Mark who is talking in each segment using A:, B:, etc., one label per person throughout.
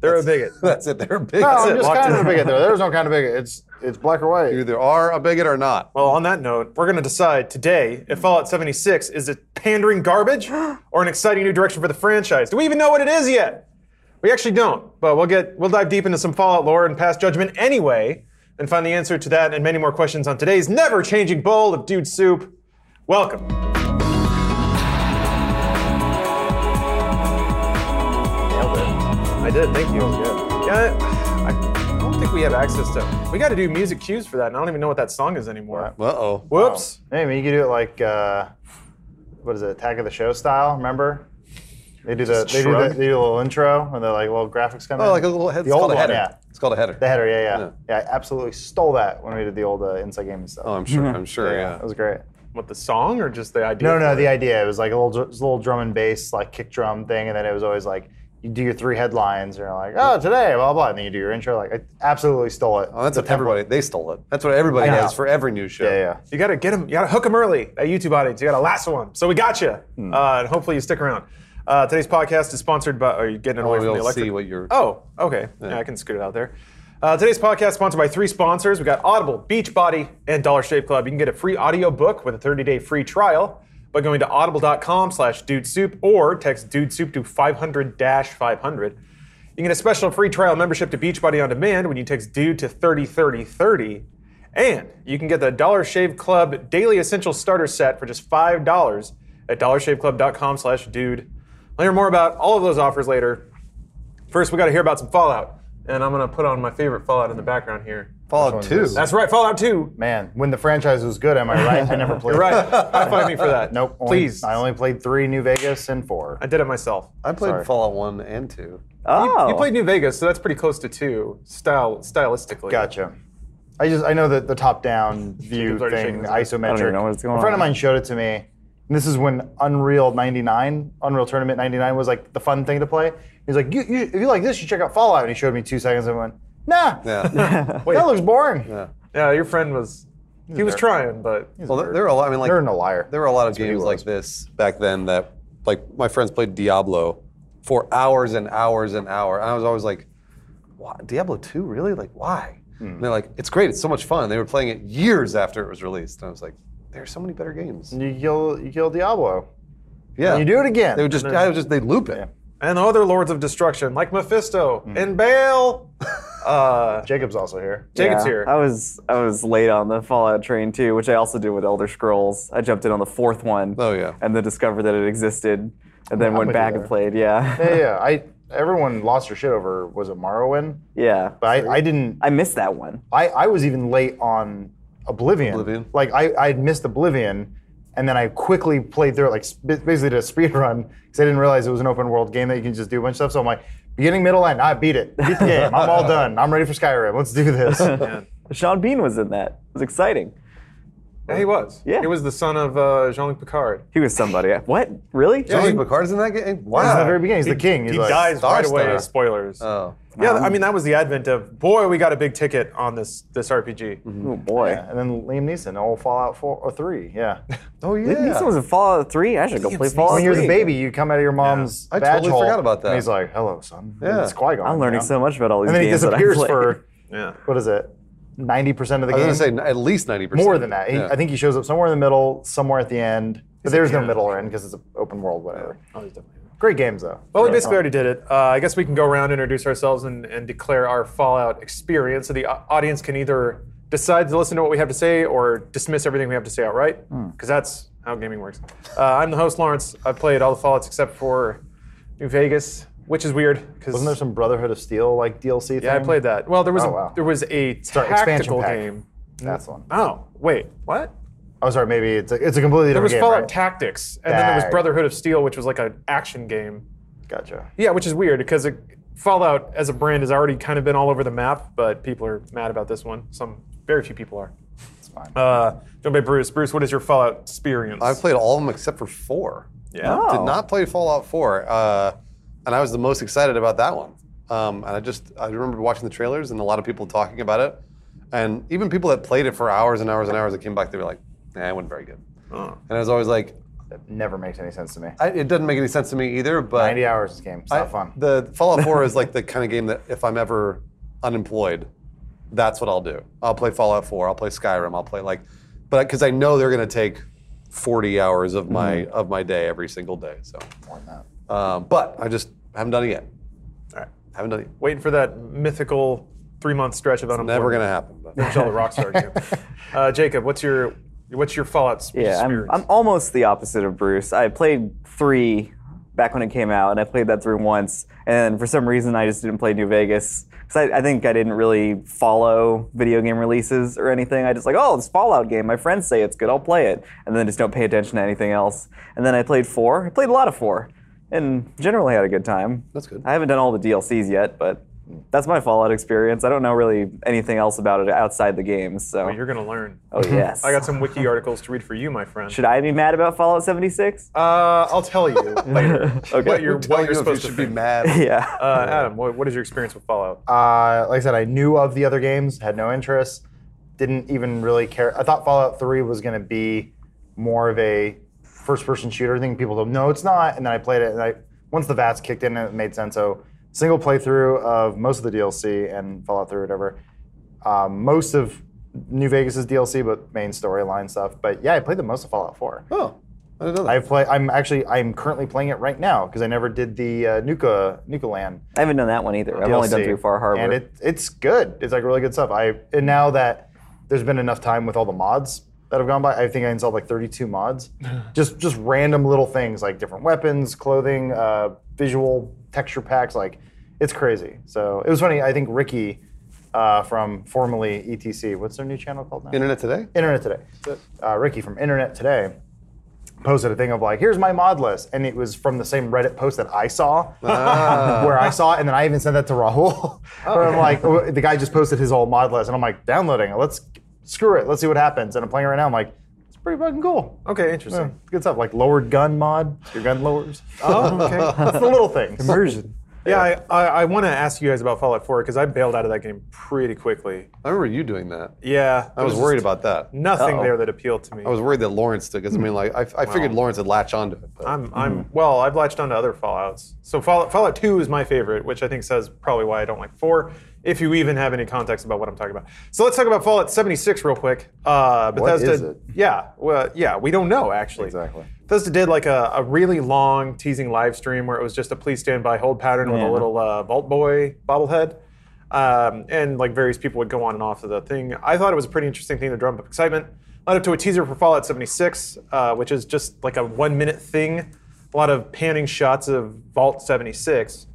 A: They're a bigot.
B: That's it. They're big.
C: No,
B: That's
C: I'm
B: it.
C: just
A: Locked
C: kind of a
A: in.
C: bigot though. There's no kind of bigot. It's it's black or white.
B: You either are a bigot or not.
A: Well, on that note, we're going to decide today if Fallout 76 is a pandering garbage or an exciting new direction for the franchise. Do we even know what it is yet? We actually don't, but we'll get we'll dive deep into some Fallout lore and past judgment anyway, and find the answer to that and many more questions on today's never-changing bowl of dude soup. Welcome. Nailed it. I did. Thank you. Yeah, I don't think we have access to. We got to do music cues for that, and I don't even know what that song is anymore.
B: Uh oh.
A: Whoops.
C: Hey, I mean, you can do it like uh, what is it, Attack of the Show style? Remember? They do the they do, the
A: shrug.
C: they do a little intro and the like little graphics come in.
B: Oh, like a little head.
C: The
B: It's
C: old
B: called a
C: one,
B: header.
C: yeah.
B: It's called a header.
C: The header, yeah, yeah,
B: Yeah.
C: yeah. I absolutely stole that when we did the old uh, Inside Game and stuff.
B: Oh, I'm sure. I'm sure. Yeah.
C: That was great.
A: What the song or just the idea?
C: No,
A: for
C: no,
A: it?
C: the idea it was like a little, dr- little drum and bass, like kick drum thing, and then it was always like you do your three headlines, and you're like, oh, today, blah blah, and then you do your intro. Like, I absolutely stole it.
B: Oh, that's what everybody. They stole it. That's what everybody
C: I know.
B: does for every new show.
C: yeah, yeah.
A: You gotta get them. You gotta hook them early. That YouTube audience. You gotta lasso them. So we got you,
B: Hmm.
A: uh, and hopefully you stick around. Uh, today's podcast is sponsored by. Are you getting it away from the
B: Oh, We'll
A: electric?
B: see what you're.
A: Oh, okay. Yeah. I can scoot it out there. Uh, today's podcast is sponsored by three sponsors. We got Audible, Beachbody, and Dollar Shave Club. You can get a free audio book with a 30-day free trial by going to audible.com slash dudesoup or text dudesoup to 500-500. You can get a special free trial membership to Beachbody On Demand when you text dude to 303030. And you can get the Dollar Shave Club Daily Essential Starter Set for just $5 at dollarshaveclub.com slash dude. I'll hear more about all of those offers later. First, we got to hear about some Fallout, and I'm gonna put on my favorite Fallout in the background here.
B: Fallout
C: Which one
B: Two.
C: is
A: That's right, Fallout 2.
C: Man, when the franchise was good, am I right? I never played.
A: You're right. High five me for that.
C: Nope. only-
A: Please.
C: I only played three New Vegas and four.
A: I did it myself.
B: I played
C: Sorry.
B: Fallout One and Two.
D: Oh,
A: You played New Vegas, so that's pretty close to two style stylistically.
C: Gotcha. I just I know that the top down view
A: Jacob's already shaking
C: thing,
A: his head.
C: isometric.
D: I don't even know what's going
C: A friend of
D: on.
C: mine showed it to me. And this is when Unreal 99, Unreal Tournament 99 was like the fun thing to play. He's like, you, you, if you like this, you check out Fallout. And he showed me two seconds and I went, Nah,
B: Yeah.
C: that looks boring.
A: Yeah, your friend was he was trying, but
B: well, there, there are a lot. I mean, like
C: They're in a liar.
B: there were a lot of
C: what he
B: games like
C: was.
B: this back then that like my friends played Diablo for hours and hours and hour, and I was always like, why? Diablo 2 really? Like why?
C: Hmm.
B: And they're like, it's great, it's so much fun. They were playing it years after it was released, and I was like, there's so many better games.
C: you kill you kill Diablo.
B: Yeah,
C: You do it again.
B: They would just, I would just, they'd loop it.
A: and the other lords of destruction like Mephisto
C: Mm.
A: and Baal. Uh,
C: Jacob's also here.
A: Jacob's
D: Yeah,
A: here.
D: I was I was late on the Fallout train too, which I also did with Elder Scrolls. I jumped in on the fourth one.
B: Oh, yeah.
D: And then discovered that it existed, and then
C: with
D: went
C: you
D: back and
C: there.
D: played. Yeah,
C: Yeah, yeah. I everyone lost their shit over was it Morrowind?
D: yeah.
C: But I, I didn't
D: I missed that one.
C: I, I was even late on Oblivion.
B: Oblivion.
C: Like I I had missed Oblivion, and then I quickly played through it, like sp- basically did a speed run because I didn't realize it was an open world game that you can just do a bunch of stuff. So I'm like, beginning, middle, end. I beat it. Beat the game. I'm all done. I'm ready for Skyrim. Let's do this.
D: Sean Bean was in that. It was exciting.
A: Yeah, he was.
D: Yeah.
A: He was the son of uh, Jean-Luc Picard.
D: He was somebody. what? Really?
B: Jean-Luc Picard's in that game.
C: At the
B: Wow.
C: very beginning, he's the king. He's
A: he
C: like, Uh,
A: dies right
B: Star
A: away.
B: Star.
A: Spoilers.
B: oh,
A: yeah,
C: um,
A: I mean that was the advent of boy, we got a big ticket on this this RPG.
D: Oh boy.
C: Yeah, And then Liam Neeson, old Fallout 4 or 3. Yeah.
B: oh yeah.
D: Liam Neeson was in Fallout Three. I should go play Fallout
C: when you're the
D: Three.
C: baby, you come out of your mom's
B: I
C: badge
B: totally
C: hole,
B: forgot about that.
C: And he's like, hello, son.
B: Yeah.
C: And it's Qui-Gon.
D: I'm learning so much about all these
C: And then he
D: games that I
C: disappears
D: play.
C: for,
A: Yeah.
C: what is it, 90%
B: I
C: of the
B: was
C: game?
B: gonna say n- at least ninety percent.
C: More than that. He, I think he shows up somewhere in the middle, somewhere at the end. But there's no middle or end because it's an open world, whatever.
A: Oh, he's definitely.
C: Great games, though.
A: Well, we basically already did it. Uh, I guess we can go around, introduce ourselves, and, and declare our Fallout experience. So the au- audience can either decide to listen to what we have to say or dismiss everything we have to say outright,
C: Hmm.
A: because that's how gaming works. Uh, I'm the host, Lawrence. I've played all the Fallouts except for New Vegas, which is weird. Because
C: Wasn't there some Brotherhood of Steel like DLC thing?
A: Yeah, I played that. Well, there was
C: Oh,
A: a,
C: wow.
A: there was a
C: Sorry, expansion
A: tactical
C: pack.
A: game.
C: That's the one.
A: Oh, wait, what?
C: Oh, sorry. Maybe it's a, it's a completely
A: There
C: different
A: was
C: game.
A: Fallout
C: right?
A: Tactics, and then there was
C: Dag.
A: Brotherhood of Steel, which was like an action game.
C: Gotcha.
A: Yeah, which is weird because it, Fallout as a brand has already kind of been all over the map, but people are mad about this one. Some very few people are.
C: It's fine.
A: Uh, don't be Bruce. Bruce, what is your Fallout experience?
B: I played all of them except for four.
A: yeah.
D: Oh.
B: Did not play Fallout 4, uh, and I was the most excited about that one. Um, and I just I remember watching the trailers and a lot of people talking about it, and even people that played it for hours and hours and hours that came back they were like, "Nah, it wasn't very good."
A: Oh.
B: And I was always like,
C: That never makes any sense to me.
B: I, it doesn't make any sense to me either. But
C: 90 hours this game. It's not
B: I-
C: fun.
B: The Fallout 4 is like the kind of game that if I'm ever unemployed, that's what I'll do. I'll play Fallout 4. I'll play Skyrim. I'll play like, but because I know they're gonna take 40 hours of my
C: Mm-hmm.
B: of my day every single day. So,
C: More than that.
B: um, but I just haven't done it yet.
A: All right.
B: Haven't done it.
A: Waiting for that mythical three month stretch of unemployment.
B: Never gonna happen. But.
A: Michelle the Rockstar game. Uh, Jacob, what's your what's your Fallout sp-
D: Yeah, I'm,
A: experience?
D: I'm almost the opposite of Bruce. I played three back when it came out, and I played that through once. And for some reason, I just didn't play New Vegas because I, I think I didn't really follow video game releases or anything. I just like, oh, this Fallout game. My friends say it's good. I'll play it, and then just don't pay attention to anything else. And then I played four. I played a lot of four, and generally had a good time.
B: That's good.
D: I haven't done all the DLCs yet, but. That's my Fallout experience. I don't know really anything else about it outside the games. So,
A: Well, you're gonna learn.
D: oh yes,
A: I got some wiki articles to read for you, my friend.
D: Should I be mad about Fallout 76?
A: uh, I'll tell you later what you're
B: Tell
A: what
B: you
A: you're
B: if
A: supposed
B: you
A: to
B: should
A: be
B: be
A: mad.
B: mad.
D: yeah.
A: Uh, Adam, what, what is your experience with Fallout?
C: Uh, like I said, I knew of the other games, had no interest, didn't even really care. I thought Fallout 3 was going to be more of a first person shooter thing. People told me, no, it's not. And then I played it, and I once the VATS kicked in, it made sense. So, single playthrough of most of the DLC and Fallout 3 or whatever. Um, most of New Vegas' DLC, but main storyline stuff. But yeah, I played the most of Fallout 4.
B: Oh, I didn't know that.
C: I play. I'm actually. I'm currently playing it right now because I never did the uh, Nuka Nuka Land.
D: I haven't done that one either. I've only done
C: DLC.
D: through Far Harbor.
C: and it it's good. It's like really good stuff. I and now that there's been enough time with all the mods that have gone by, I think I installed like 32 mods, just just random little things like different weapons, clothing, uh, visual texture packs. Like it's crazy. So it was funny. I think Ricky uh, from formerly ETC, what's their new channel called now?
B: Internet today.
C: Internet Today. Uh, Ricky from Internet Today posted a thing of like, here's my mod list. And it was from the same Reddit post that I saw,
A: Ah.
C: where I saw it. And then I even sent that to Rahul. where I'm like, oh, the guy just posted his whole mod list. And I'm like, downloading it. Let's screw it. Let's see what happens. And I'm playing it right now. I'm like, it's pretty fucking cool.
A: Okay,
C: Yeah,
A: interesting.
C: good stuff. Like lowered gun mod. Your gun lowers.
A: Oh, okay.
C: That's the little things.
B: Immersion.
A: yeah, I, I, I want to ask you guys about Fallout 4 because I bailed out of that game pretty quickly.
B: I remember you doing that.
A: Yeah,
B: I was worried about that.
A: nothing
D: Uh-oh.
A: there that appealed to me.
B: I was worried that Lawrence did because I mean, like, I, I figured Lawrence would latch onto it. But
A: I'm, I'm well. I've latched onto other Fallout's. So Fallout, Fallout Two is my favorite, which I think says probably why I don't like Four. If you even have any context about what I'm talking about. So let's talk about Fallout 76 real quick. Uh, Bethesda.
B: is it?
A: Yeah. Well, yeah. We don't know actually.
C: Exactly.
A: Bethesda did like a, a really long teasing live stream where it was just a please stand by hold pattern with a
D: Yeah.
A: little uh, Vault Boy bobblehead. Um, and like various people would go on and off of the thing. I thought it was a pretty interesting thing to drum up excitement. Led up to a teaser for Fallout 76, uh, which is just like a one minute thing. A lot of panning shots of Vault 76,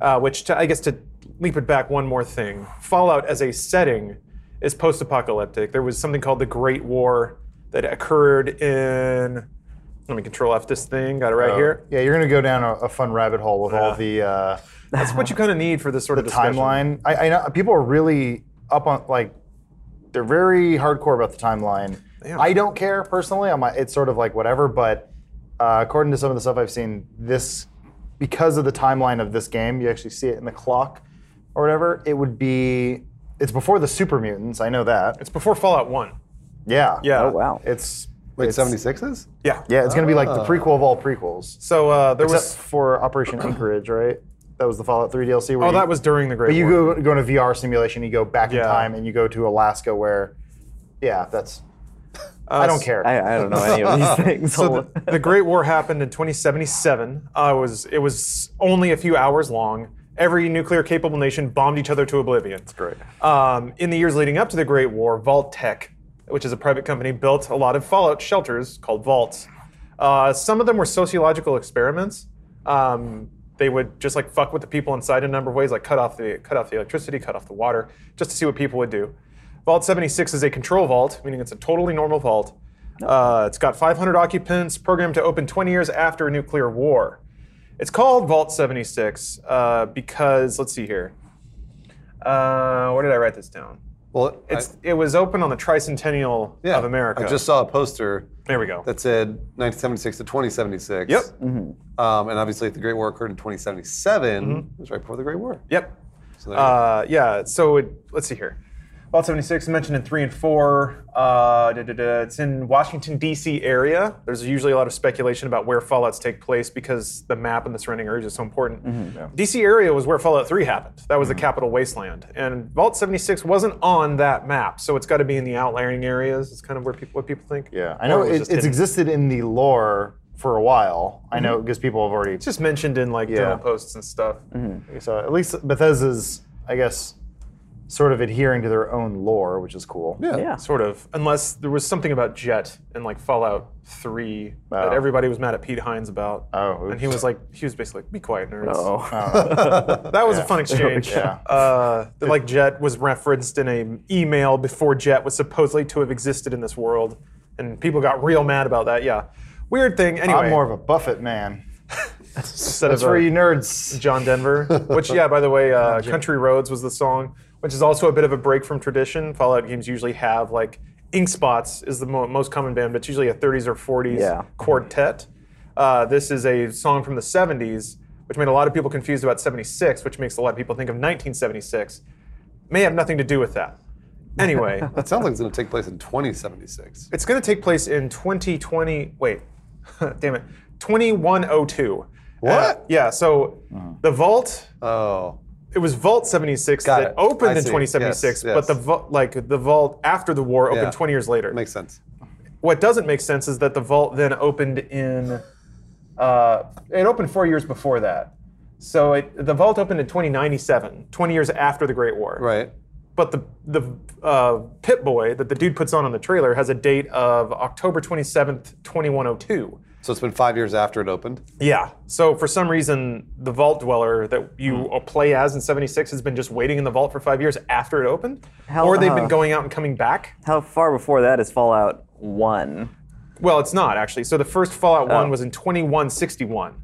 A: uh, which to, I guess to leap it back one more thing Fallout as a setting is post apocalyptic. There was something called the Great War that occurred in. Let me control F this thing. Got it
C: Oh.
A: right here.
C: Yeah, you're going to go down a, a fun rabbit hole with all
A: Yeah.
C: the. Uh,
A: That's what you kind of need for this sort of discussion.
C: timeline. I, I know people are really up on like they're very hardcore about the timeline.
A: Yeah.
C: I don't care personally. I'm like, it's sort of like whatever, but uh, according to some of the stuff I've seen, this because of the timeline of this game, you actually see it in the clock or whatever. It would be it's before the super mutants. I know that.
A: It's before Fallout 1.
C: yeah,
A: Yeah.
D: oh wow.
C: It's
B: wait,
C: it's-
B: 76s?
A: Yeah.
C: Yeah, it's gonna be like the prequel of all prequels,
A: So uh, there
C: except
A: Ah. was.
C: for Operation Anchorage, right? That was the Fallout 3 DLC. Where
A: Oh,
C: you-
A: that was during the Great
C: But you
A: War.
C: go, go in a VR simulation, you go back
A: Yeah.
C: in time, and you go to Alaska where, yeah, that's. I don't care.
D: I, I don't know any of these things.
A: so the, the Great War happened in 2077. Uh, it was it was only a few hours long. Every nuclear capable nation bombed each other to oblivion. That's
D: great.
A: Um, in the years leading up to the Great War, Vault Tech, which is a private company, built a lot of Fallout shelters called vaults. Uh, some of them were sociological experiments. Um, they would just like fuck with the people inside in a number of ways, like cut off the cut off the electricity, cut off the water, just to see what people would do. Vault 76 is a control vault, meaning it's a totally normal vault. Uh, it's got 500 occupants, programmed to open 20 years after a nuclear war. It's called Vault 76 uh, because let's see here. Uh, where did I write this down?
B: Well,
A: It's
B: I-
A: it was open on the tricentennial
B: yeah,
A: of America.
B: I just saw a poster
A: there we go.
B: that said 1976 to 2076.
A: Yep.
B: Um, and obviously, if the Great War occurred in
A: Mm-hmm.
B: 2077, it was right before the Great War.
A: yep.
B: So there you go.
A: Uh, yeah. So it, let's see here. Vault 76 mentioned in three and four. Uh, da, da, da. It's in Washington D.C. area. There's usually a lot of speculation about where fallouts take place because the map and the surrounding areas is so important. D.C. area was where Fallout 3 happened. That was the capital wasteland, and Vault 76 wasn't on that map, so it's got to be in the outlying areas. It's kind of where people what people think.
C: Yeah, I
A: Or
C: know
A: was
C: it,
A: just
C: it's
A: hidden.
C: existed in the lore for a while. I know because people have already.
A: It's Mm-hmm. just mentioned in like journal posts and stuff.
C: Mm-hmm. So at least Bethesda's, I guess, sort of adhering to their own lore, which is cool.
B: Yeah.
D: Yeah.
A: Sort of, unless there was something about Jet in like Fallout 3 that
C: Oh.
A: everybody was mad at Pete Hines about.
C: Oh, Uh,
A: and he was like, he was basically like, "Be quiet, nerds."
D: Oh.
A: That was a fun exchange.
C: Yeah.
A: Uh, the, like Jet was referenced in an email before Jet was supposedly to have existed in this world, and people got real mad about that. Yeah, weird thing. Anyway,
C: I'm more of a Buffett man.
A: instead
C: That's
A: of
C: for
A: a
C: you nerds.
A: John Denver, which yeah, by the way, uh, Country Roads was the song, which is also a bit of a break from tradition. Fallout games usually have like Ink Spots is the mo- most common band, but it's usually a 30s or 40s
D: Yeah.
A: quartet. Uh, this is a song from the 70s, which made a lot of people confused about 76, which makes a lot of people think of 1976. May have nothing to do with that. Anyway,
B: It sounds like it's going to take place in 2076.
A: it's going to take place in 2020. Wait, damn it, 2102. What?
B: What?
A: Uh, yeah. So the vault
B: Oh,
A: it was Vault 76
B: Got
A: that
B: it.
A: opened
B: I
A: in
B: see.
A: 2076,
B: Yes,
A: but
B: yes.
A: the vault, like the vault after the war opened
B: Yeah.
A: 20 years later.
B: makes sense.
A: what doesn't make sense is that the vault then opened in uh, it opened 4 years before that. So it, the vault opened in 2097, 20 years after the Great War.
B: Right.
A: But the the uh, Pit Boy that the dude puts on on the trailer has a date of October oh 27th, 2102.
B: So it's been five years after it opened.
A: Yeah. So for some reason, the Vault Dweller that you
B: Hmm.
A: play as in '76 has been just waiting in the vault for five years after it opened,
D: Hell,
A: or they've
B: uh-huh.
A: been
D: uh,
A: going out and coming back.
D: How far before that is Fallout 1?
A: Well, it's not actually. So the first Fallout
B: Oh.
A: One was in 2161.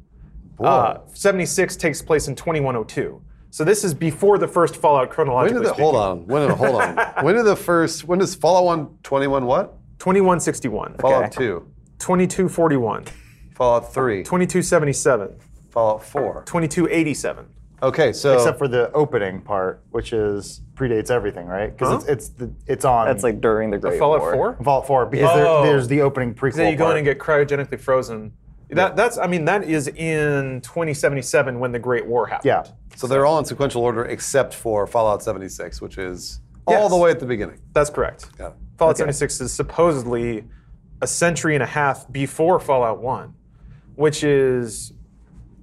A: Uh, '76 takes place in 2102. So this is before the first Fallout
B: When
A: chronologically.
B: did the, hold on. When did hold on? when did the first? When does Fallout 121 what?
A: 2161,
B: Fallout 2,
A: 2241,
B: Fallout 3,
A: 2277,
B: Fallout 4.
A: 2287.
B: Okay, so
C: Except for the opening part, which is predates everything, right? Because it's it's the, it's on.
D: That's like during the Great
A: Fallout
D: War.
A: 4.
C: Vault Four because
A: Oh.
C: there, there's the opening prequel.
A: Then you go
C: part.
A: in and get cryogenically frozen. That, that's I mean that is in 2077 when the Great War happened.
C: yeah.
B: so they're all in sequential order except for Fallout 76, which is all
A: Yes.
B: the way at the beginning.
A: that's correct.
B: Got it.
A: Fallout 76 is supposedly a century and a half before Fallout 1, which is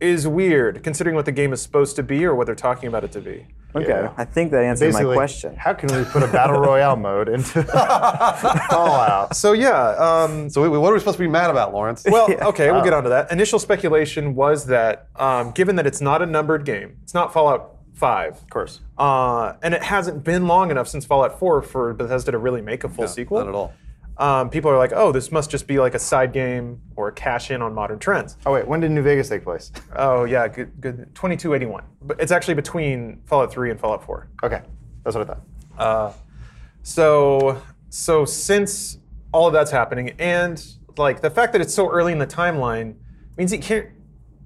A: is weird considering what the game is supposed to be or what they're talking about it to be.
D: Okay.
C: Yeah.
D: I think that answers my
C: Basically,
D: question.
C: how can we put a battle royale mode into Fallout?
A: So yeah, um,
B: So wait, wait, what are we supposed to be mad about, Lawrence?
A: well, okay, we'll get onto that. Initial speculation was that um, given that it's not a numbered game, it's not Fallout 5. Of
C: course.
A: Uh, and it hasn't been long enough since Fallout 4 for Bethesda to really make a full sequel.
B: Not at all.
A: Um, people are like, oh, this must just be like a side game or a cash in on modern trends.
C: Oh wait, when did New Vegas take place?
A: Oh yeah, good, good. 2281. But it's actually between Fallout 3 and Fallout 4.
C: Okay, that's what I thought.
A: So so since all of that's happening and like the fact that it's so early in the timeline means it can't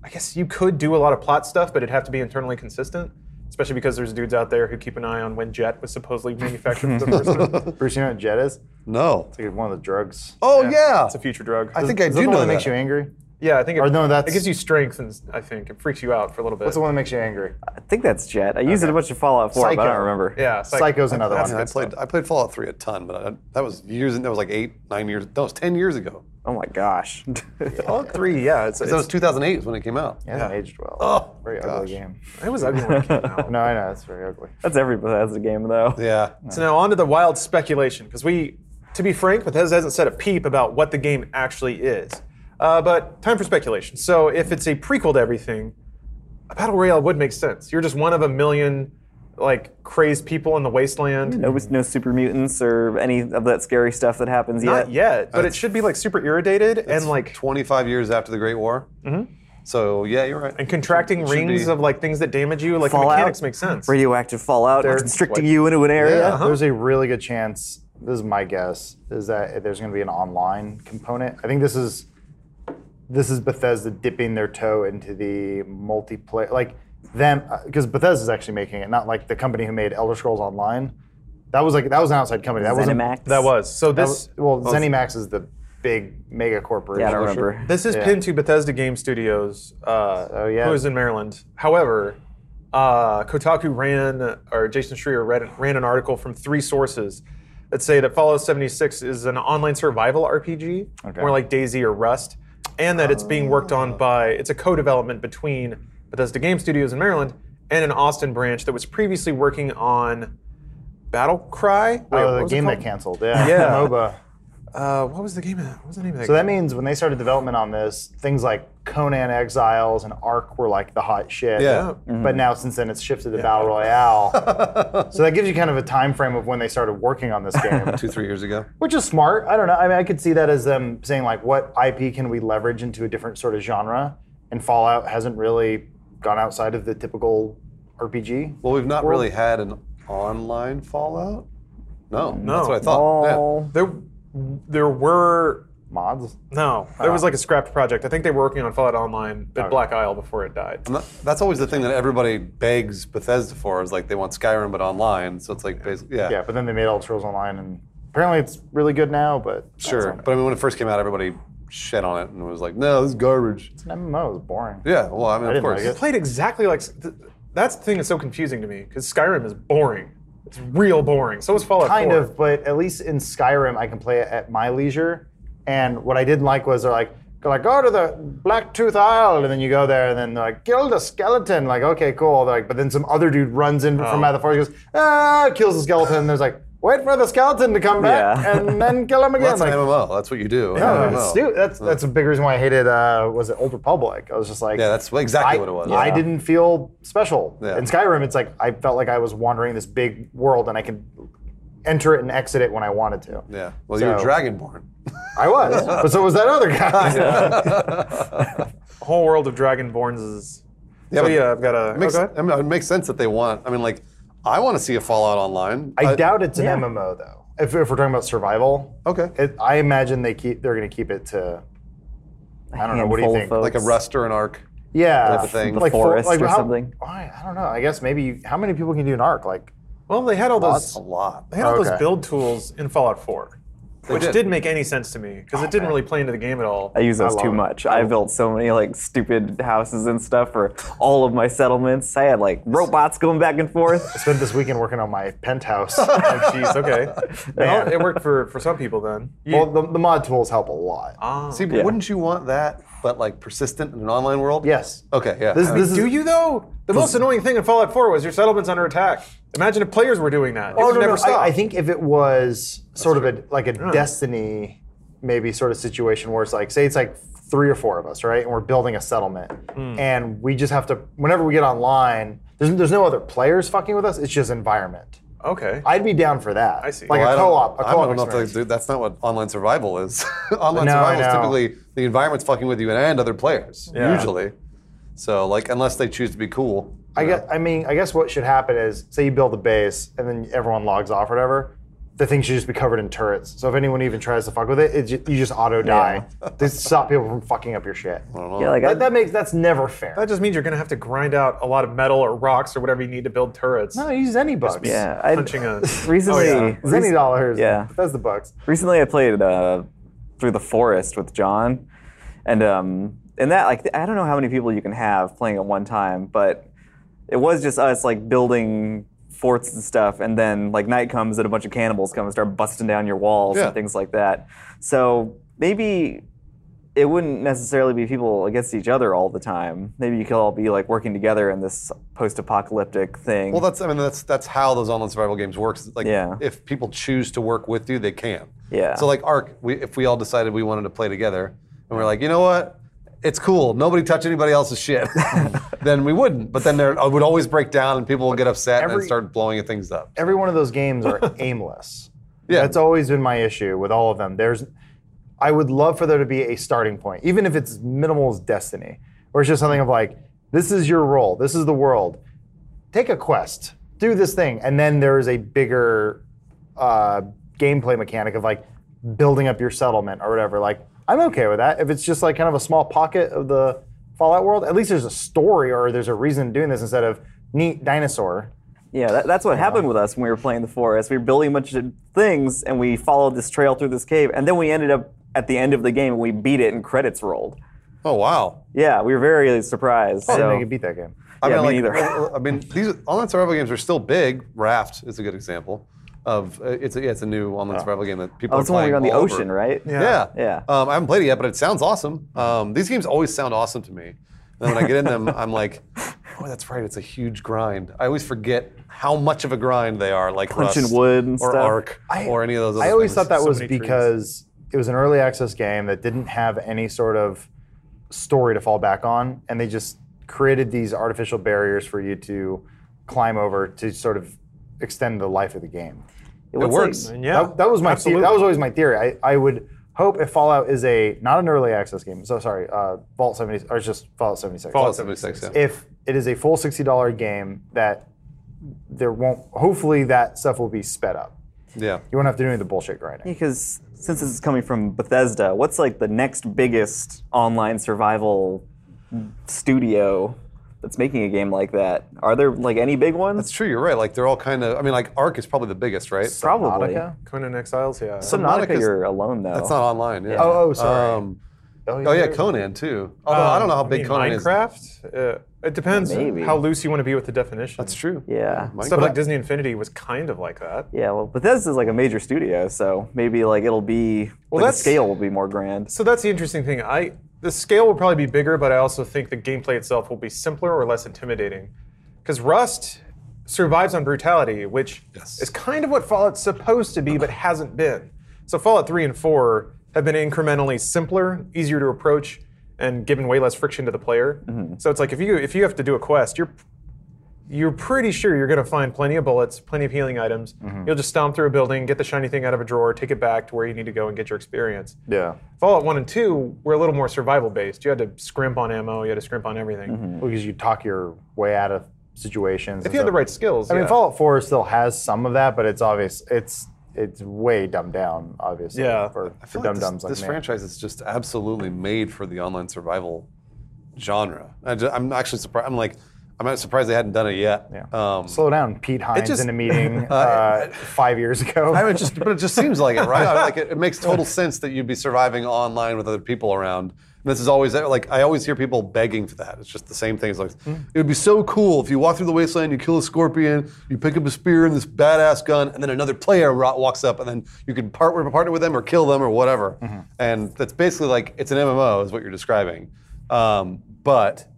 A: I guess you could do a lot of plot stuff, but it'd have to be internally consistent, especially because there's dudes out there who keep an eye on when Jet was supposedly manufactured for the first time. It's
C: Bruce, you know what Jet is?
B: No.
C: It's like one of the drugs.
B: Oh yeah.
A: a future drug.
B: I think I
C: Is that
B: do
C: the
B: know
C: one
B: that.
C: that makes you angry?
A: yeah, I think it,
C: Or no, that's-
A: it gives you strength and I think it freaks you out for a little bit.
C: What's the one that makes you angry?
D: I think that's Jet. I used it a bunch of Fallout 4, but I
C: Psycho.
D: don't remember.
A: yeah, it's like-
C: Psycho's another
B: I,
C: one.
B: mean, I played. I played Fallout 3 a ton, but I, that was years. That was like eight, nine years. That was ten years ago.
D: Oh my gosh.
A: Fallout 3, yeah, it's,
B: That was
A: it's,
B: 2008 is when it came out.
C: It hasn't aged well.
B: Oh,
C: very
B: gosh.
C: ugly game.
A: it was ugly when it came out.
C: No, I know it's very ugly.
D: that's every Bethesda game, though.
B: Yeah.
A: So now on to the wild speculation, because we, to be frank, Bethesda hasn't said a peep about what the game actually is. Uh, but time for speculation. So if it's a prequel to everything, a battle royale would make sense. You're just one of a million, like crazed people in the wasteland.
D: No, no super mutants or any of that scary stuff that happens
A: Not
D: yet.
A: yet, but it should be like super irritated and like
B: 25 years after the Great War. So yeah, you're right.
A: and contracting
B: It should
A: rings
B: be-
A: of like things that damage you. Like the
D: Fallout?
A: mechanics make sense.
D: Radioactive Fallout or constricting you into an area.
C: Yeah,
A: uh-huh.
C: there's a really good chance. This is my guess is that there's going to be an online component. I think this is this is Bethesda dipping their toe into the uh, multiplayer, like them, because Bethesda's actually making it, not like the company who made Elder Scrolls Online. That was like that was an outside company. That wasn't
D: ZeniMax.
A: That was. So
C: that
A: this
C: was- well, ZeniMax is the big mega
D: Yeah, I
C: corporation. Oh,
D: don't
B: Publisher.
D: remember.
A: This is
C: Yeah.
A: pinned to Bethesda Game Studios, uh,
C: So, yeah.
A: who is in Maryland. However, uh, Kotaku ran, or Jason Schreier read, ran an article from three sources that say that Fallout 76 is an online survival RPG,
C: Okay. Oh.
A: more like Daisy or Rust, and that it's being worked on by, it's a co development between Bethesda Game Studios in Maryland and an Austin branch that was previously working on Battle Cry. Wait,
C: Oh,
A: what
C: the
A: was it
C: game that
A: called?
C: canceled. Yeah.
A: Yeah.
C: MOBA.
A: Uh, what was the game? of that- What was the name of that
C: So
A: game?
C: that means when they started development on this, things like Conan Exiles and Ark were like the hot shit.
B: Yeah. Mm-hmm.
C: But now since then, it's shifted to battle royale. so that gives you kind of a time frame of when they started working on this game,
B: Two, three years ago.
C: which is smart. I don't know. I mean, I could see that as them saying like, what IP can we leverage into a different sort of genre? And Fallout hasn't really gone outside of the typical RPG.
B: Well, we've not really had an online Fallout. No, that's what I thought. Yeah.
D: Oh,
A: There, there were
C: Mods.
A: no. There
B: Oh.
A: was like a scrapped project. I think they were working on Fallout Online at Black Isle before it died.
B: I'm not- that's always the thing that everybody begs Bethesda for is like they want Skyrim but online. So it's like basically, yeah,
C: Yeah, but then they made Elder Scrolls Online, and apparently it's really good now. But
B: sure. But I mean, when it first came out, everybody shit on it and was like, no, this is garbage.
C: it's an MMO. It's boring.
B: Yeah, well, I mean, of
C: didn't
B: course.
C: like it.
A: Played exactly like th- that's the thing that's so confusing to me because Skyrim is boring. It's real boring. So is Fallout.
C: Kind
A: 4.
C: of, but at least in Skyrim, I can play it at my leisure. And what I didn't like was they're like, they're like, go to the Blacktooth Isle, and then you go there, and then they're like, kill the skeleton. Like, okay, cool. They're like, but then some other dude runs in
B: Oh.
C: from out of the forest, goes, ah, kills the skeleton. And there's like, wait for the skeleton to come back,
D: Yeah.
C: and then kill him
B: Well,
C: again.
B: that's
C: like,
B: an MMO. That's what you do.
C: no,
B: Yeah,
C: that's stu- That's that's a big reason why I hated. Uh, was it Old Republic? I was just like,
B: yeah, that's exactly
C: I,
B: what it was.
C: I didn't feel special.
B: Yeah.
C: In Skyrim, it's like I felt like I was wandering this big world and I could enter it and exit it when I wanted to.
B: Yeah. Well, you're
C: So-
B: Dragonborn.
C: I was, but so was that other guy.
A: the whole world of Dragonborns is. Yeah, so
B: but-
A: yeah, I've got a.
B: It makes,
A: oh, go ahead.
B: I mean, it makes sense that they want. I mean, like, I want to see a Fallout online.
C: I
B: but-
C: doubt it's an
D: yeah.
C: MMO though. If, if we're talking about survival,
B: Okay.
C: it, I imagine they keep they're going to keep it to. I don't know. What do you
D: Handful of
B: like
C: think?
D: folks.
B: a Rust or an Ark.
C: yeah,
B: of thing. The
C: for-
D: forest or
C: how-
D: something.
C: I, I don't know. I guess maybe you, how many people can do an arc? Like
A: Well, they had all
B: That's
A: those.
B: a lot.
A: They had all
C: Okay.
A: those build tools in Fallout 4,
B: They
A: which
B: did.
A: didn't make any sense to me because it didn't really play into the game at all.
D: I use those
C: I love
D: too
C: it.
D: much. I built so many like stupid houses and stuff for all of my settlements. I had like robots going back and
C: I
D: forth.
C: spent this weekend working on my penthouse.
A: Oh, jeez. Okay. Well, it worked for for some people then. You-
C: well, the, the mod tools help a lot.
A: ah.
B: See, but
D: Yeah.
B: wouldn't you want that, but like persistent in an online world?
C: Yes.
B: Okay. Yeah.
C: This, this is,
A: Do you though? The most annoying thing in Fallout 4 was your settlement's under attack. Imagine if players were doing that. It
C: Oh
A: would
C: no,
A: never
C: no.
A: stop.
C: I, I think if it was sort of a like a destiny, maybe sort of situation where it's like, say it's like three or four of us, right, and we're building a settlement,
A: Hmm.
C: and we just have to whenever we get online, there's there's no other players fucking with us. It's just environment.
A: Okay.
C: I'd be down for that.
A: I see.
C: Like
A: Well,
B: I
C: a
B: don't-
C: co-op, a
B: I don't
C: co-op
B: know if
C: experience.
B: they, do- that's not what online survival is. online
C: No, I
B: survival is
C: know.
B: typically the environment's fucking with you and other players
A: Yeah.
B: usually. So like unless they choose to be cool.
C: I guess, I mean, I guess what should happen is, say you build a base and then everyone logs off or whatever. The thing should just be covered in turrets. So if anyone even tries to fuck with it, it ju- you just auto die to stop people from fucking up your shit.
D: yeah, like I,
C: That, that makes that's never fair.
A: that just means you're going to have to grind out a lot of metal or rocks or whatever you need to build turrets.
C: No, use any bucks.
D: yeah, I
A: Punching a.
D: recently
A: yeah.
C: Use any dollars.
D: Yeah.
C: That's the bucks.
D: recently I played uh, through the forest with John, and um, and that like I don't know how many people you can have playing at one time, but it was just us like building forts and stuff, and then like night comes and a bunch of cannibals come and start busting down your walls
B: Yeah.
D: and things like that. So maybe. It wouldn't necessarily be people against each other all the time. Maybe you could all be like working together in this post-apocalyptic thing.
B: Well, that's I mean that's that's how those online survival games works. Like
D: Yeah.
B: if people choose to work with you, they can.
D: Yeah.
B: So like Ark, we, if we all decided we wanted to play together, and we're like, you know what, it's cool. Nobody touch anybody else's shit. then we wouldn't. But then there it would always break down, and people would get upset and
C: Every-
B: start blowing things up.
C: Every one of those games are aimless.
B: Yeah.
C: That's always been my issue with all of them. There's, I would love for there to be a starting point, even if it's minimal as destiny, or it's just something of like, this is your role, this is the world. Take a quest, do this thing, and then there is a bigger uh, gameplay mechanic of like building up your settlement or whatever. Like, I'm okay with that if it's just like kind of a small pocket of the Fallout world. At least there's a story or there's a reason doing this instead of neat dinosaur.
D: Yeah, that, that's what happened with us when we were playing the forest. We were building a bunch of things, and we followed this trail through this cave, and then we ended up at the end of the game, and we beat it, and credits rolled.
B: Oh wow.
D: Yeah, we were very surprised.
B: Oh,
C: I didn't
D: so
C: think you beat that game.
B: I
D: Yeah, me
B: mean,
D: neither.
B: like, I mean, these online survival games are still big. Raft is a good example of uh, it's a, yeah, it's a new online survival game that people
D: oh,
B: are
D: it's the one
B: playing
D: we were on the
B: all
D: ocean,
B: over.
D: right?
B: Yeah.
D: Yeah.
B: Um, I haven't played it yet, but it sounds awesome. Um, these games always sound awesome to me. And then when I get in them, I'm like, oh, that's right. It's a huge grind. I always forget how much of a grind they are, like
D: Punch and
B: Rust
D: wood and
B: or
D: stuff.
B: Ark or any of those. Other
C: I always
B: things.
C: thought that
A: so
C: was
A: many trees.
C: because it was an early access game that didn't have any sort of story to fall back on, and they just created these artificial barriers for you to climb over to sort of extend the life of the game.
B: it
D: looks like-
B: works.
A: And yeah,
C: that, that was my the-
A: absolutely.
C: that was always my theory. I, I would hope if Fallout is a not an early access game. So sorry, uh, Vault seventy or it's just Fallout seventy six.
A: Fallout
B: 76, yeah.
C: If it is a full sixty dollar game, that there won't. Hopefully, that stuff will be sped up.
B: yeah.
C: You won't have to do any of the bullshit grinding.
D: Because since this is coming from Bethesda, what's like the next biggest online survival studio that's making a game like that? Are there like any big ones?
B: That's true. You're right. Like they're all kind of. I mean, like Ark is probably the biggest, right?
D: Probably.
C: Subnautica?
A: Conan Exiles, yeah.
D: Subnautica,
B: Subnautica's-
D: you're alone though.
B: That's not online. Yeah.
C: Oh, oh, sorry.
B: Um,
C: Oh,
B: oh yeah, Conan too. Although I don't know how
A: Um, I
B: big
A: mean,
B: Conan is.
A: Minecraft? Uh, it depends
D: Maybe.
A: how loose you want to be with the definition.
B: That's true.
D: Yeah.
B: Minecraft.
A: Stuff like Disney Infinity was kind of like that.
D: Yeah, well, Bethesda's like a major studio, so maybe like it'll be like, the
A: that's-
D: scale will be more grand.
A: So that's the interesting thing. I the scale will probably be bigger, but I also think the gameplay itself will be simpler or less intimidating. Because Rust survives on brutality, which
B: Yes.
A: is kind of what Fallout's supposed to be, but hasn't been. So Fallout 3 and 4 have been incrementally simpler, easier to approach, and given way less friction to the player. So it's like if you if you have to do a quest, you're you're pretty sure you're going to find plenty of bullets, plenty of healing items. You'll just stomp through a building, get the shiny thing out of a drawer, take it back to where you need to go and get your experience.
C: Yeah.
A: Fallout 1 and 2 were a little more survival based. You had to scrimp on ammo, you had to scrimp on everything.
C: because you talk your way out of situations.
A: If you had the right skills.
C: I mean,
A: yeah.
C: Fallout 4 still has some of that, but it's obvious. It's it's way dumbed down, obviously.
A: Yeah.
C: For,
B: I
C: for
B: feel
C: dum
B: like this,
C: dums like
B: this
C: me.
B: franchise is just absolutely made for the online survival genre. I am actually surprised. I'm like, I'm not surprised they hadn't done it yet.
C: Yeah.
B: Um,
C: Slow down, Pete Hines
B: just-
C: in a meeting uh, five years ago.
B: I mean, it just but it just seems like it, right? I mean, like it, it makes total sense that you'd be surviving online with other people around. And this is always like I always hear people begging for that. It's just the same thing. It's like
A: Mm-hmm.
B: it would be so cool if you walk through the wasteland, you kill a scorpion, you pick up a spear and this badass gun, and then another player ro- walks up, and then you can partner partner with them or kill them or whatever.
A: Mm-hmm.
B: And that's basically like it's an MMO is what you're describing, um, but